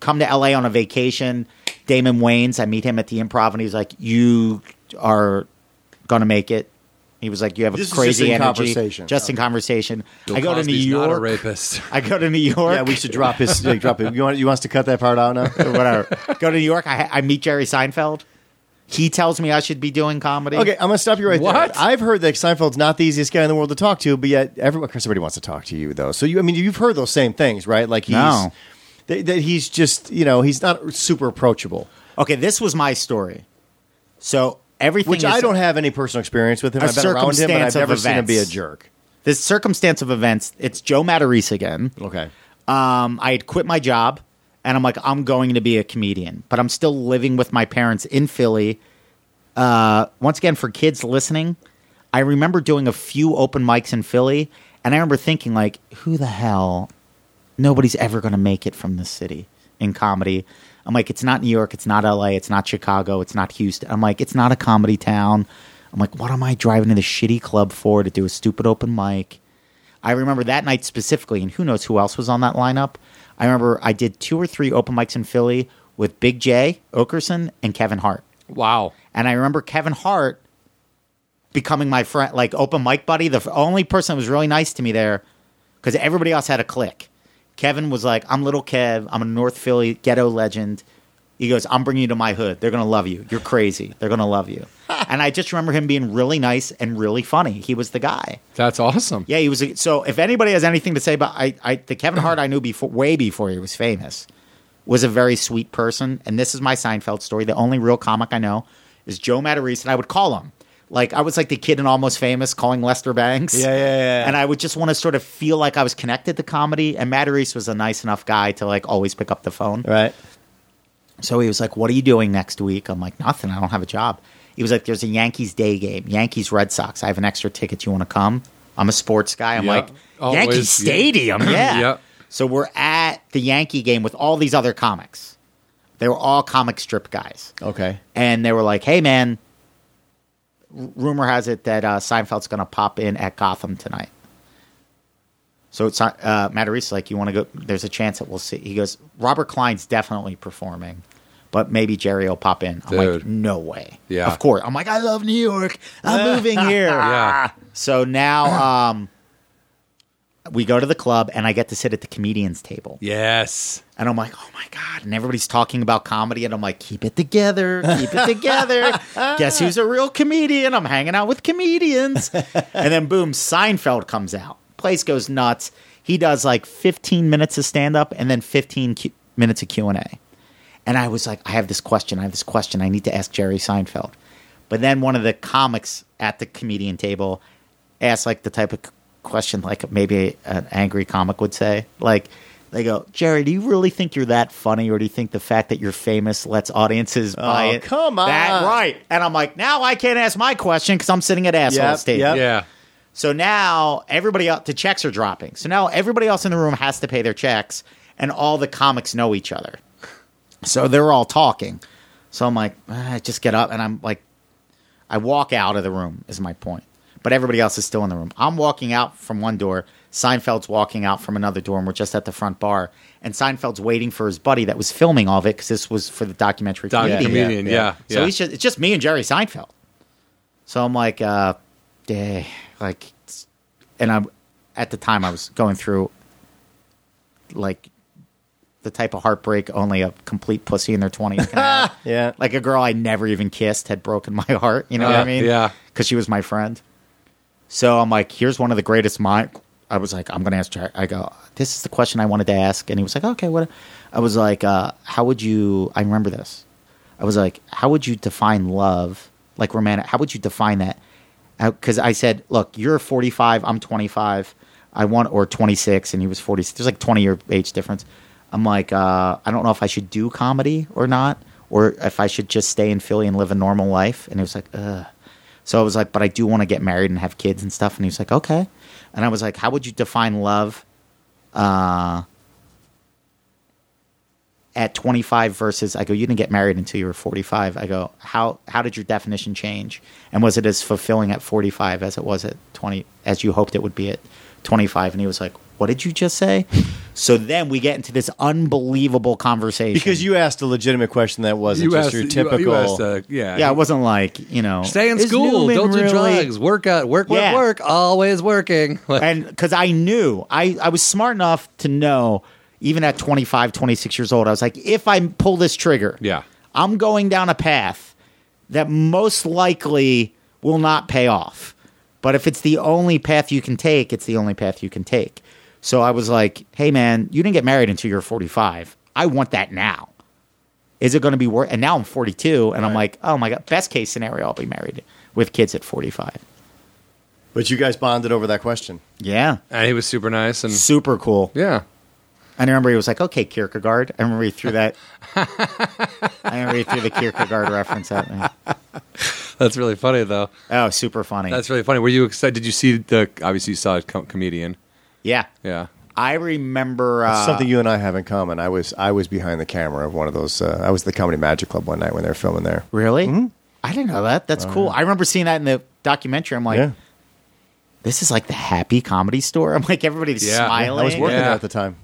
come to LA on a vacation. Damon Waynes, I meet him at the improv, and he's like, "You are gonna make it." He was like, "You have a
This is
crazy
just in
energy."
conversation.
Just in conversation.
Bill
I go to New
Cosby's Not a
York.
rapist.
I go to New York.
Yeah, we should drop his. like, drop it. You want you want us to cut that part out now?
or whatever. go to New York. I, I meet Jerry Seinfeld. He tells me I should be doing comedy.
Okay, I'm gonna stop you right
What?
there. I've heard that Seinfeld's not the easiest guy in the world to talk to, but yet everyone, of course, everybody wants to talk to you though. So you, I mean, you've heard those same things, right? Like he's
No.
that, that he's just you know he's not super approachable,
Okay, this was my story. So everything
which
is-
I don't have any personal experience with him.
A
I've been around him, but
circumstance
I've never
of
seen him be a
events.
jerk.
This circumstance of events. It's Joe Matarese again.
Okay,
um, I had quit my job and I'm like, I'm going to be a comedian, but I'm still living with my parents in Philly. Uh, once again, for kids listening, I remember doing a few open mics in Philly and I remember thinking, like, who the hell? Nobody's ever going to make it from this city in comedy. I'm like, it's not New York, it's not LA, it's not Chicago, it's not Houston. I'm like, it's not a comedy town. I'm like, what am I driving to the shitty club for to do a stupid open mic? I remember that night specifically, and who knows who else was on that lineup. I remember I did two or three open mics in Philly with Big J, Okerson, and Kevin Hart.
wow.
And I remember Kevin Hart becoming my friend, like open mic buddy. The f- only person that was really nice to me there, because everybody else had a click. Kevin was like, "I'm little Kev. I'm a North Philly ghetto legend." He goes, "I'm bringing you to my hood. They're gonna love you. You're crazy. They're gonna love you." and I just remember him being really nice and really funny. He was the guy.
That's awesome.
Yeah, he was. A, so if anybody has anything to say about I, I the Kevin Hart I knew before, way before he was famous, was a very sweet person. And this is my Seinfeld story. The only real comic I know is Joe Matarese, and I would call him. Like I was like the kid in Almost Famous calling Lester Banks.
Yeah, yeah, yeah.
And I would just want to sort of feel like I was connected to comedy. And Matarese was a nice enough guy to like always pick up the phone.
right.
So he was like, "What are you doing next week?" I'm like, "Nothing. I don't have a job." He was like, "There's a Yankees day game, Yankees Red Sox. I have an extra ticket. You want to come?" I'm a sports guy. I'm
Yeah.
like,
Always,
"Yankee
yeah.
Stadium, yeah."
Yeah.
So we're at the Yankee game with all these other comics. They were all comic strip guys,
Okay.
and they were like, "Hey, man." r- Rumor has it that uh, Seinfeld's going to pop in at Gotham tonight. So it's not- uh, Matarese like you want to go. There's a chance that we'll see. He goes. Robert Klein's definitely performing, but maybe Jerry will pop in. I'm like,
Dude.
no way.
Yeah.
Of course. I'm like, I love New York. I'm moving here.
Yeah.
So now um, we go to the club and I get to sit at the comedian's table.
Yes.
And I'm like, oh my God. And everybody's talking about comedy. And I'm like, keep it together. Keep it together. Guess who's a real comedian? I'm hanging out with comedians. and then boom, Seinfeld comes out. Place goes nuts. He does like 15 minutes of stand up and then 15 Q- minutes of Q&A. And I was like, I have this question. I have this question. I need to ask Jerry Seinfeld. But then one of the comics at the comedian table asked like the type of c- question like maybe an angry comic would say. Like they go, Jerry, do you really think you're that funny, or do you think the fact that you're famous lets audiences buy
Oh,
it?
come
that
on.
right? And I'm like, now I can't ask my question because I'm sitting at asshole
Yep,
stage.
yep.
Yeah.
So now everybody else, the checks are dropping. So now everybody else in the room has to pay their checks, and all the comics know each other. So they're all talking. So I'm like, "Ah," I just get up and I'm like, I walk out of the room, is my point. But everybody else is still in the room. I'm walking out from one door. Seinfeld's walking out from another door, and we're just at the front bar. And Seinfeld's waiting for his buddy that was filming all of it because this was for the documentary.
Doc
comedian.
comedian. Yeah. yeah.
So he's just, it's just me and Jerry Seinfeld. So I'm like, uh, day, like, it's- and I'm at the time I was going through like the type of heartbreak only a complete pussy in their 20s can have.
Yeah.
Like a girl I never even kissed had broken my heart. You know what
Yeah,
I mean?
yeah.
Because she was my friend. So I'm like, here's one of the greatest mind. I was like, I'm going to ask Jack. I go, this is the question I wanted to ask. And he was like, okay, what? I was like, uh, how would you, I remember this. I was like, how would you define love? Like romantic, how would you define that? Because I said, look, you're 45, I'm 25. I want, or 26, and he was 46. There's like 20 year age difference. I'm like, uh, I don't know if I should do comedy or not, or if I should just stay in Philly and live a normal life. And he was like, ugh. So I was like, but I do want to get married and have kids and stuff. And he was like, okay. And I was like, how would you define love uh, at 25 versus, I go, you didn't get married until you were 45. I go, how, how did your definition change? And was it as fulfilling at 45 as it was at 20, as you hoped it would be at 25? And he was like, what did you just say? so then we get into this unbelievable conversation.
Because you asked a legitimate question that wasn't
You
just
asked-
your
you-
typical.
You, asked, uh, yeah.
yeah, it wasn't like, you know,
Stay in
"Is
school.
Newman
Don't do
really-"
drugs. Work out. Work. Work.
Yeah.
Work. Always working. Like,
and because i knew I, I was smart enough to know even at 25 26 years old i was like if i pull this trigger
Yeah.
i'm going down a path that most likely will not pay off but if it's the only path you can take it's the only path you can take so i was like hey man you didn't get married until you were 45 i want that now is it going to be worth and now i'm 42 and i'm like oh my god best case scenario i'll be married with kids at 45
but you guys bonded over that question.
yeah
and he was super nice. And
super cool
yeah.
And I remember he was like, okay, Kierkegaard. I remember he threw that. I remember he threw the Kierkegaard reference at me.
That's really funny though.
Oh, super funny.
That's really funny. Were you excited? Did you see the? Obviously, you saw a com- comedian.
yeah.
Yeah.
I remember.
It's
Uh,
something you and I have in common. I was I was behind the camera of one of those. Uh, I was at the Comedy Magic Club one night when they were filming there.
Really?
Mm-hmm.
I didn't know that. That's cool. I remember seeing that in the documentary. I'm like,
Oh, yeah,
this is like the happy comedy store. I'm like, everybody's
Yeah.
I
smiling.
was working
Yeah.
there at the time.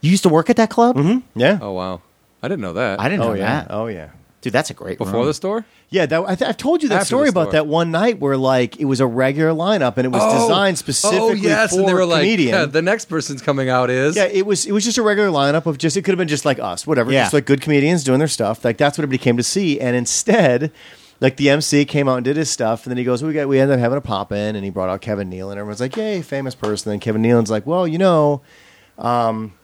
You used to work at that club? Mm-hmm.
Yeah.
Oh wow. I didn't know that.
I didn't know
oh yeah.
that.
Oh yeah.
Dude, that's a great
before
room.
the store.
Yeah, that, I th- I've told you that
After the
story about
store.
that one night where like it was a regular lineup and it was designed specifically
oh, yes,
for
and they were like,
comedian.
yeah, the next person's coming out is
Yeah, it was it was just a regular lineup of just it could have been just like us, whatever,
Yeah.
just like good comedians doing their stuff. Like that's what everybody came to see. And instead, like the MC came out and did his stuff, and then he goes, "We got we ended up having a pop in," and he brought out Kevin Nealon. Everyone's like, "Yay, famous person!" Then Kevin Nealon's like, "Well, you know." um,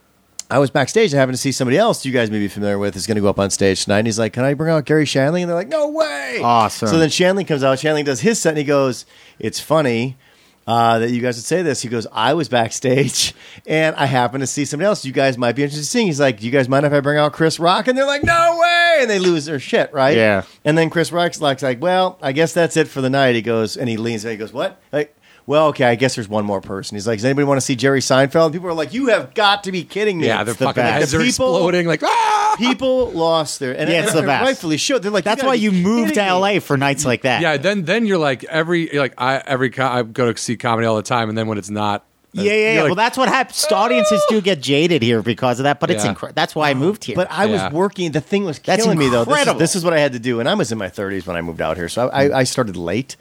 I was backstage. I happened to see somebody else you guys may be familiar with is going to go up on stage tonight. And he's like, "Can I bring out Gary Shanley?" And they're like, "No way!"
Awesome.
So then Shanley comes out. Shanley does his set, and he goes, "It's funny uh, that you guys would say this." He goes, "I was backstage, and I happened to see somebody else you guys might be interested in seeing." He's like, "Do you guys mind if I bring out Chris Rock?" And they're like, "No way!" And they lose their shit, right?
Yeah.
And then Chris Rock's like, like, "Well, I guess that's it for the night." He goes, and he leans. back. He goes, "What?" Like. Well, okay, I guess there's one more person. He's like, does anybody want to see Jerry Seinfeld? And people are like, you have got to be kidding me.
yeah,
It's
their
the
fucking
best.
heads are
People-
exploding like ah!
People lost their and,
Yeah, it's
and-
the best.
rightfully should. They're like,
That's
gotta
why
be
you moved
kidding
to
me.
LA for nights like that.
Yeah, then then you're like every you're like I every co- I go to see comedy all the time, and then when it's not
Yeah, yeah, yeah.
You're
well,
like,
that's what happens. Audiences do get jaded here because of that, but it's
Yeah.
incredible. That's why I moved here.
But I
Yeah.
was working. The thing was
That's
killing me though. This is,
incredible. Mm-hmm.
this is what I had to do, and I was in my 30s when I moved out here, so I, I, I started late.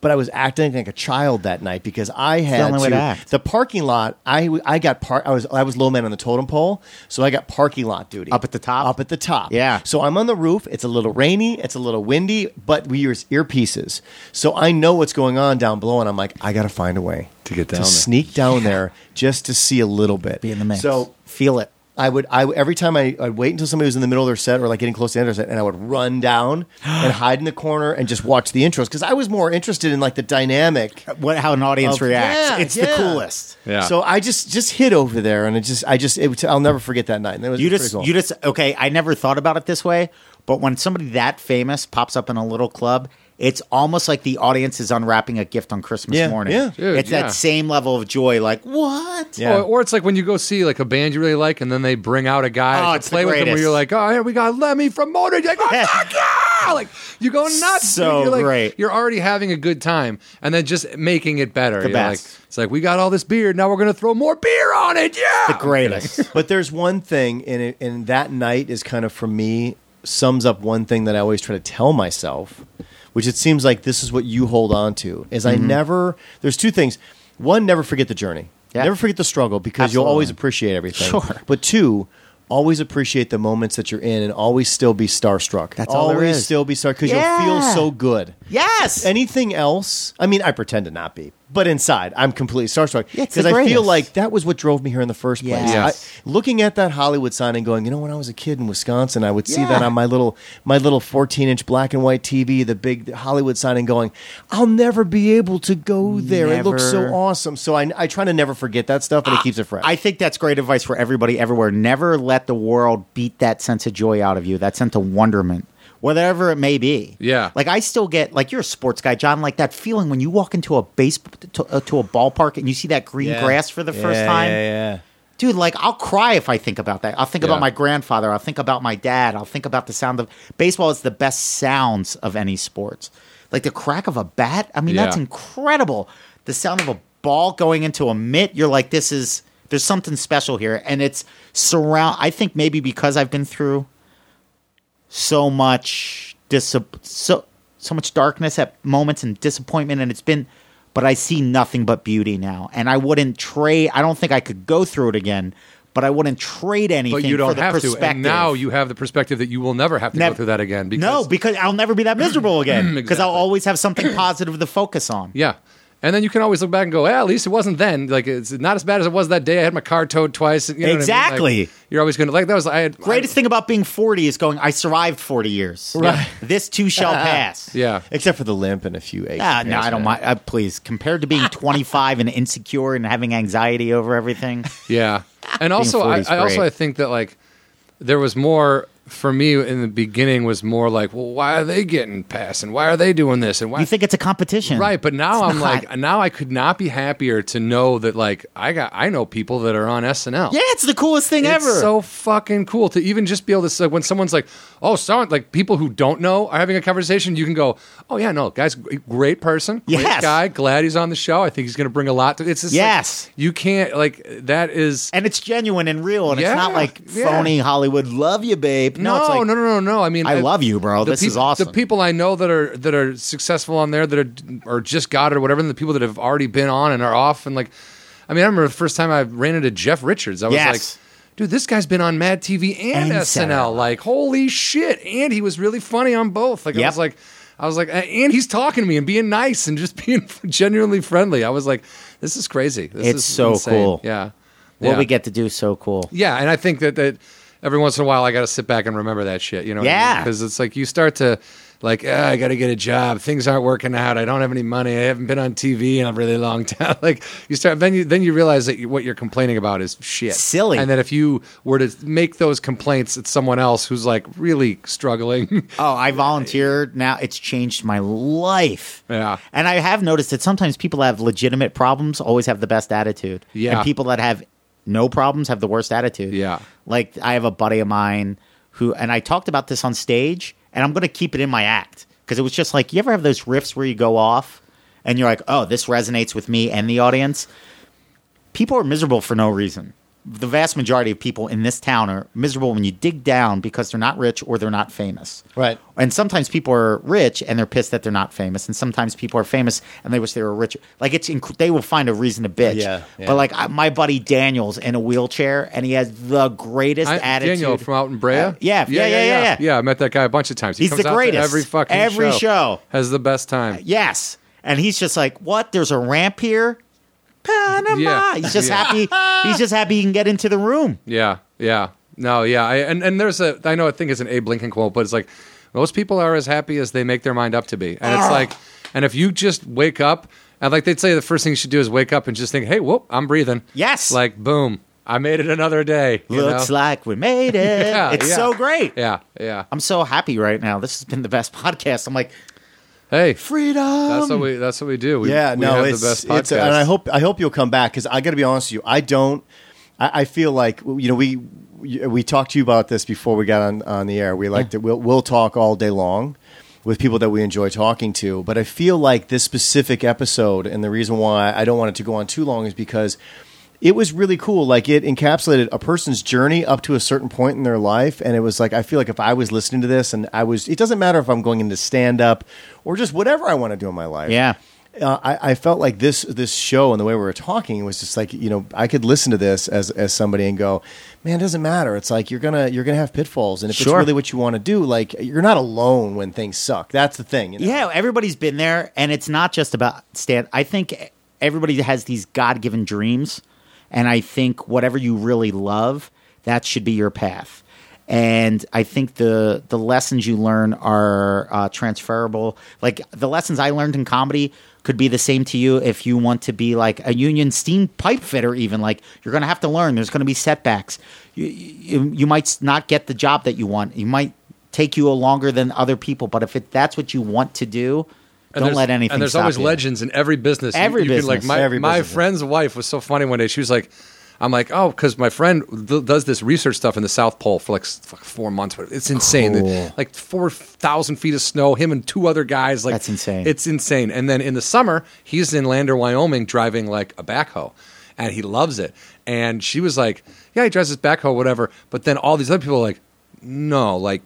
But I was acting like a child that night because I had
only way to act.
the parking lot. I I got part. I was I was low man on the totem pole, so I got parking lot duty
Up at the top?
Up at the top.
Yeah.
So I'm on the roof. It's a little rainy. It's a little windy, but we use earpieces, so I know what's going on down below, and I'm like, I got to find a way
To get down there.
sneak down there just to see a little bit.
be in the mix.
So
feel it.
I would I every time I I'd wait until somebody was in the middle of their set or like getting close to the end of their set, and I would run down and hide in the corner and just watch the intros because I was more interested in like the dynamic.
What how an audience
Of-
reacts.
yeah,
it's
yeah.
the coolest.
Yeah.
So I just just hid over there and it just I just it, was- I'll never forget that night. And it was
You
pretty
just
cool.
you just okay. I never thought about it this way, but when somebody that famous pops up in a little club. It's almost like the audience is unwrapping a gift on Christmas
Yeah,
morning.
yeah.
Dude,
it's
yeah.
that same level of joy, like what?
Yeah.
Or, or it's like when you go see like a band you really like, and then they bring out a guy
Oh,
to
it's the
play with them, where
greatest.
you're like, oh, here we got Lemmy from Motorhead. Like, oh, fuck yeah! Like you go nuts.
So
dude. you're like,
great.
You're already having a good time, and then just making it better.
The
You're like-
best.
it's like we got all this beer. Now we're gonna throw more beer on it. Yeah.
The greatest.
but there's one thing, and it, and that night is kind of for me sums up one thing that I always try to tell myself, which it seems like this is what you hold on to. Is
Mm-hmm.
I never there's two things. One, never forget the journey.
Yeah.
Never forget the struggle because you'll
Absolutely.
always appreciate everything.
Sure.
But two, always appreciate the moments that you're in and always still be starstruck.
That's all
always
there is.
still be starstruck because you'll feel
Yeah.
so good.
yes.
Anything else? I mean, I pretend to not be, but inside, I'm completely starstruck
Yeah, it's
because
the
I feel
greatest.
like that was what drove me here in the first place.
Yes.
Yes.
I- looking at that Hollywood sign and going, you know, when I was a kid in Wisconsin, I would see
Yeah.
that on my little my little 14 inch black and white TV, the big Hollywood sign, and going, I'll never be able to go there. It looks so
Never.
awesome. So I, I try to never forget that stuff, and it keeps it fresh.
I think that's great advice for everybody everywhere. Never let the world beat that sense of joy out of you, that sense of wonderment, whatever it may be.
Yeah.
Like I still get, like you're a sports guy, John, like that feeling when you walk into a base to, uh, to a ballpark and you see that green grass for the first
Yeah,
time.
yeah, yeah.
Dude, like I'll cry if I think about that. I'll think
Yeah.
about my grandfather. I'll think about my dad. I'll think about the sound of baseball is the best sounds of any sports. Like the crack of a bat. I mean, that's
Yeah.
incredible. The sound of a ball going into a mitt. You're like, this is there's something special here, and it's surround. I think maybe because I've been through so much dis- so so much darkness at moments and disappointment and it's been but I see nothing but beauty now and I wouldn't trade I don't think I could go through it again but I wouldn't trade anything
But you don't
for the
have to.
perspective.
And now you have the perspective that you will never have to
Nev-
go through that again. Because,
No because I'll never be that miserable again because
Exactly.
I'll always have something positive to focus on.
Yeah. And then you can always look back and go, yeah, at least it wasn't then. Like, it's not as bad as it was that day. I had my car towed twice. You know what I mean? Like,
Exactly.
you're always going to, like, that was, I had.
Greatest thing about being 40 is going I survived 40 years.
Right.
This too shall pass.
I- yeah.
Except for the limp and a few aches.
Ah,
and
no,
pains,
I don't
man.
mind. Uh, please, compared to being 25 and insecure and having anxiety over everything,
Yeah. And also, I,
40 is
I also,
great.
I think that, like, there was more, for me in the beginning, was more like, well, why are they getting past? And why are they doing this? And why?
you think it's a competition,
Right, but now
It's
I'm
not.
like now I could not be happier to know that like I got I know people that are on SNL.
Yeah, it's the coolest thing
It's
ever.
so fucking cool to even just be able to say when someone's like, "Oh, someone like people who don't know are having a conversation." You can go, "Oh yeah, no, guy's a great person, great
Yes.
guy. Glad he's on the show. I think he's going to bring a lot to." It's just like,
Yes.
you can't like that is.
and it's genuine and real, and
Yeah,
it's not like
yeah.
phony Hollywood. Love you, babe. No,
No,
it's like,
no, no, no, no. I mean,
I love you, bro.
the
This is
peop-
awesome.
The people I know that are that are successful on there, that are or just got it or whatever, and the people that have already been on and are off, and like, I mean, I remember the first time I ran into Jeff Richards, I was
Yes.
like. Dude, this guy's been on Mad TV and,
And
SNL.
SNL.
Like, holy shit! And he was really funny on both. Like, I
Yep.
was like, I was like, and he's talking to me and being nice and just being genuinely friendly. I was like, this is crazy. This
It's
is
so
insane.
cool.
Yeah.
what
yeah.
we get to do is so cool.
Yeah, and I think that that every once in a while I got to sit back and remember that shit. You know,
Yeah.
because it's like you start to like "Ah, I got to get a job. Things aren't working out. I don't have any money. I haven't been on TV in a really long time. like you start then you then you realize that you, what you're complaining about is shit,
Silly.
and that if you were to make those complaints at someone else who's like really struggling,
Oh, I volunteered now. It's changed my life.
Yeah.
And I have noticed that sometimes people that have legitimate problems always have the best attitude.
Yeah.
And people that have no problems have the worst attitude.
Yeah.
Like I have a buddy of mine who, and I talked about this on stage, and I'm going to keep it in my act because it was just like, you ever have those riffs where you go off and you're like, oh, this resonates with me and the audience? people are miserable for no reason. The vast majority of people in this town are miserable when you dig down because they're not rich or they're not famous.
Right.
And sometimes people are rich and they're pissed that they're not famous. And sometimes people are famous and they wish they were richer. Like it's inc- they will find a reason to bitch.
Yeah, yeah.
But like I, my buddy Daniel's in a wheelchair and he has the greatest
I-
attitude.
Daniel from out in Brea.
Uh, yeah, yeah, yeah, yeah, yeah.
I met that guy a bunch of times. He
He's
comes
the
out to
greatest.
Every fucking
Every show.
has the best time.
Yes. And he's just like, what? There's a ramp here. Panama.
Yeah.
He's just
Yeah.
happy. He's just happy he can get into the room.
Yeah, yeah. No, yeah. I, and and there's a I know I think it's an Abe Lincoln quote, but it's like most people are as happy as they make their mind up to be, and
Ah.
it's like, and if you just wake up and like they'd say the first thing you should do is wake up and just think, hey, whoop, I'm breathing.
Yes.
Like boom, I made it another day. you
Looks
know?
like we made it.
Yeah,
it's
yeah.
so great.
Yeah, yeah.
I'm so happy right now. This has been the best podcast. I'm like,
Hey,
freedom.
that's what we that's what we do. We,
yeah,
we
no,
have
it's,
the best podcast.
it's and I hope I hope you'll come back because I got to be honest with you, I don't. I, I feel like you know we we talked to you about this before we got on on the air. We like to we'll, we'll talk all day long with people that we enjoy talking to, but I feel like this specific episode and the reason why I don't want it to go on too long is because it was really cool. Like it encapsulated a person's journey up to a certain point in their life. And it was like, I feel like if I was listening to this and I was, it doesn't matter if I'm going into stand up or just whatever I want to do in my life.
Yeah.
Uh, I, I felt like this this show and the way we were talking was just like you know I could listen to this as as somebody and go, man, it doesn't matter. It's like you're gonna you're gonna have pitfalls, and if it's
Sure.
really what you want to do, like you're not alone when things suck. That's the thing. you know?
Yeah, everybody's been there, and it's not just about stand. I think everybody has these God given dreams, and I think whatever you really love, that should be your path. And I think the the lessons you learn are uh, transferable. Like the lessons I learned in comedy could be the same to you if you want to be like a union steam pipe fitter. Even like you're going to have to learn. There's going to be setbacks. You, you you might not get the job that you want. You might take you longer than other people. But if it, that's what you want to do,
And
don't
there's-
let anything.
And there's
stop
always
you.
legends in every business. You-
Every
you can, like
business.
my
Every
my
business.
friend's wife was so funny one day. She was like, "I'm like, oh, because my friend th- does this research stuff in the South Pole for like s- fuck, four months. But it's insane.
Cool.
Like four thousand feet of snow. Him and two other guys. Like
That's insane.
It's insane. And then in the summer, he's in Lander, Wyoming, driving like a backhoe, and he loves it. And she was like, "Yeah, he drives his backhoe, whatever." But then all these other people are like, "No, like."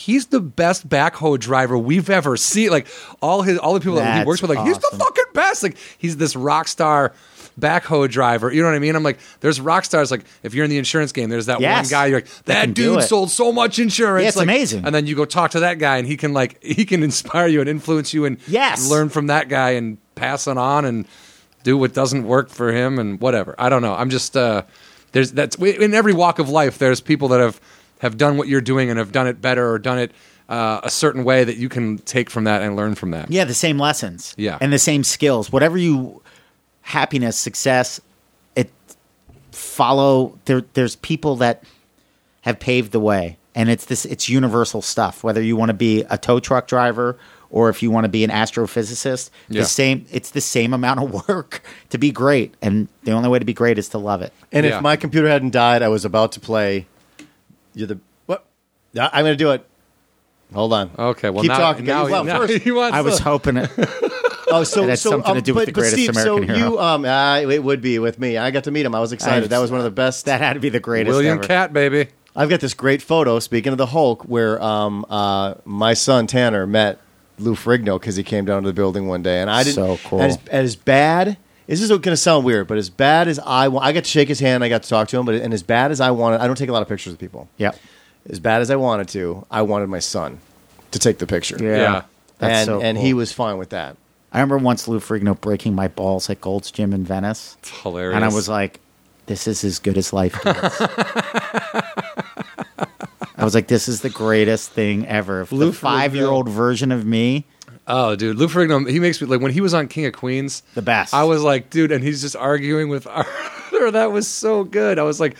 He's the best backhoe driver we've ever seen. Like all his, all the people that he
That's
works with, like he's the
awesome.
fucking best. Like he's this rock star backhoe driver. You know what I mean? I'm like, there's rock stars. Like if you're in the insurance game, there's that
Yes.
one guy. You're like,
That
that
can do
dude
it."
sold so much insurance.
Yeah, it's
Like,
amazing.
And then you go talk to that guy, and he can like he can inspire you and influence you, and
Yes.
learn from that guy and pass it on and do what doesn't work for him and whatever. I don't know. I'm just uh, there's that's in every walk of life. There's people that have have done what you're doing and have done it better or done it. Uh, a certain way that you can take from that and learn from that.
Yeah, the same lessons.
Yeah.
and the same skills. Whatever you, happiness, success, it follow. There, there's people that have paved the way, and it's this. It's universal stuff. Whether you want to be a tow truck driver or if you want to be an astrophysicist,
Yeah.
the same. It's the same amount of work to be great, and the only way to be great is to love it.
And
Yeah.
if my computer hadn't died, I was about to play. You're the what? I- I'm going to do it. Hold on.
Okay, well
keep
now,
talking.
now,
well,
now
first,
he wants
I was
to-
hoping it.
oh, so
It has
so,
something to
um,
do
but-
with the
but
greatest
Steve,
American
so
hero.
You, um, uh, it would be with me. I got to meet him. I was excited. that was one of the best.
That had to be the greatest.
William
ever.
Cat, baby.
I've got this great photo. Speaking of the Hulk, where um, uh, my son Tanner met Lou Ferrigno because he came down to the building one day, and I didn't.
So cool.
As, as bad. This is going to sound weird, but as bad as I want, I got to shake his hand. I got to talk to him, but and as bad as I wanted, I don't take a lot of pictures of people.
Yep.
As bad as I wanted to, I wanted my son to take the picture.
Yeah.
That's
and
so
and
cool.
he was fine with that.
I remember once Lou Ferrigno breaking my balls at Gold's Gym in Venice. It's
hilarious.
And I was like, this is as good as life gets. I was like, this is the greatest thing ever. If the five year old version of me,
Oh, dude, Lou Ferrigno. He makes me like when he was on King of Queens,
The best.
I was like, dude, and he's just arguing with Arthur. That was so good. I was like,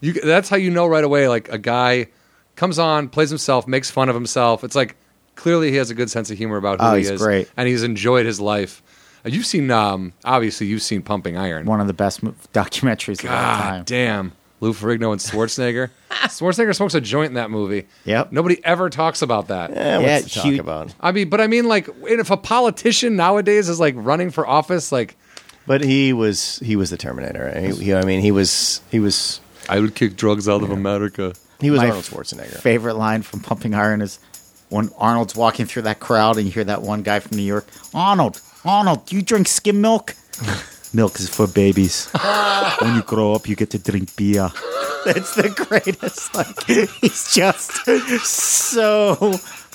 you. That's how you know right away. Like a guy comes on, plays himself, makes fun of himself. It's like clearly he has a good sense of humor about who
Oh,
he
he's
is,
great.
and he's enjoyed his life. Uh, You've seen, um, obviously, you've seen Pumping Iron.
one of the best mo- documentaries of all time.
God Ah, damn. Lou Ferrigno and Schwarzenegger. Schwarzenegger smokes a joint in that movie.
Yep.
Nobody ever talks about that.
Eh, what's
Yeah,
to talk
huge-
about?
I mean, but I mean, like, and if a politician nowadays is like running for office, like,
But he was he was the Terminator. He, he- I mean, he was he was
I would kick drugs out of America.
he was
My
Arnold Schwarzenegger.
Favorite line from Pumping Iron is when Arnold's walking through that crowd and you hear that one guy from New York, Arnold, Arnold, do you drink skim milk? milk is for babies. when you grow up, you get to drink beer. That's the greatest. Like he's just so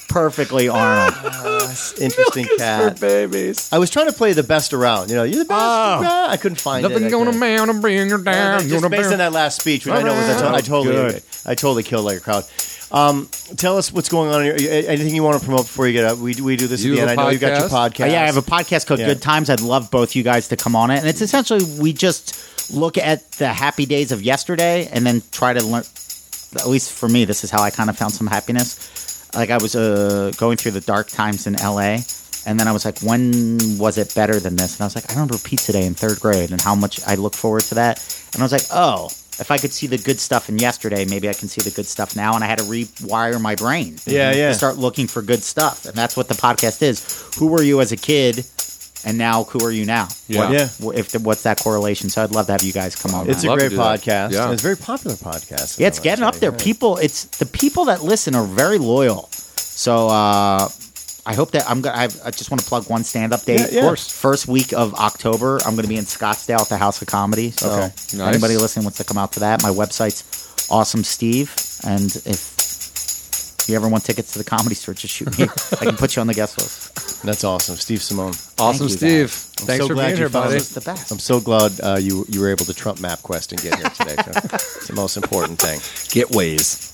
perfectly Arnold.
Interesting cat.
babies.
I was trying to play the best around. You know, you're the best. around. I couldn't find it.
Ah. Nothing
I
gonna
couldn't-
man to bring her
Yeah,
down.
that's
You're
just
the
based
best. Ah.
on that last speech, which I know was I, to- I totally,
Good.
I totally killed like a crowd. Um, tell us what's going on. in your- Anything you want to promote before you get up? We, we do this
You
again. I
have a
know you've got your
podcast?
podcast.
Uh, yeah, I have a podcast called
Yeah.
Good Times. I'd love both you guys to come on it. And it's essentially we just look at the happy days of yesterday and then try to learn. At least for me, this is how I kind of found some happiness. Like I was uh, going through the dark times in LA, and then I was like, when was it better than this? And I was like, I remember pizza day in third grade and how much I look forward to that. And I was like, oh. If I could see the good stuff in yesterday, maybe I can see the good stuff now. And I had to rewire my brain. Mm-hmm.
Yeah,
to
yeah.
start start looking for good stuff. And that's what the podcast is. Who were you as a kid? And now who are you now?
Yeah.
What-
Yeah.
what- If the, what's that correlation? So I'd love to have you guys come on.
It's
that.
a
love to
great
do that.
podcast.
Yeah.
and It's a very popular podcast.
yeah, it's getting up there. People, it's the people that listen are very loyal. So uh, I hope that I'm gonna. I, I just want to plug one stand up date.
Yeah, yeah. Of course.
First week of October, I'm gonna be in Scottsdale at the House of Comedy. So
Okay.
if
Nice.
anybody listening wants to come out to that, my website's Awesome Steve. And if you ever want tickets to the comedy store, just shoot me. I can put you on the guest list.
That's awesome, Steve Simone.
Awesome,
Thank you,
Steve.
guys.
I'm
Thanks
so
for
glad
being
you
here,
found
buddy.
us.
It's the best.
I'm so glad uh, you you were able to Trump map quest and get here today. Joe. it's the most important thing.
Getways.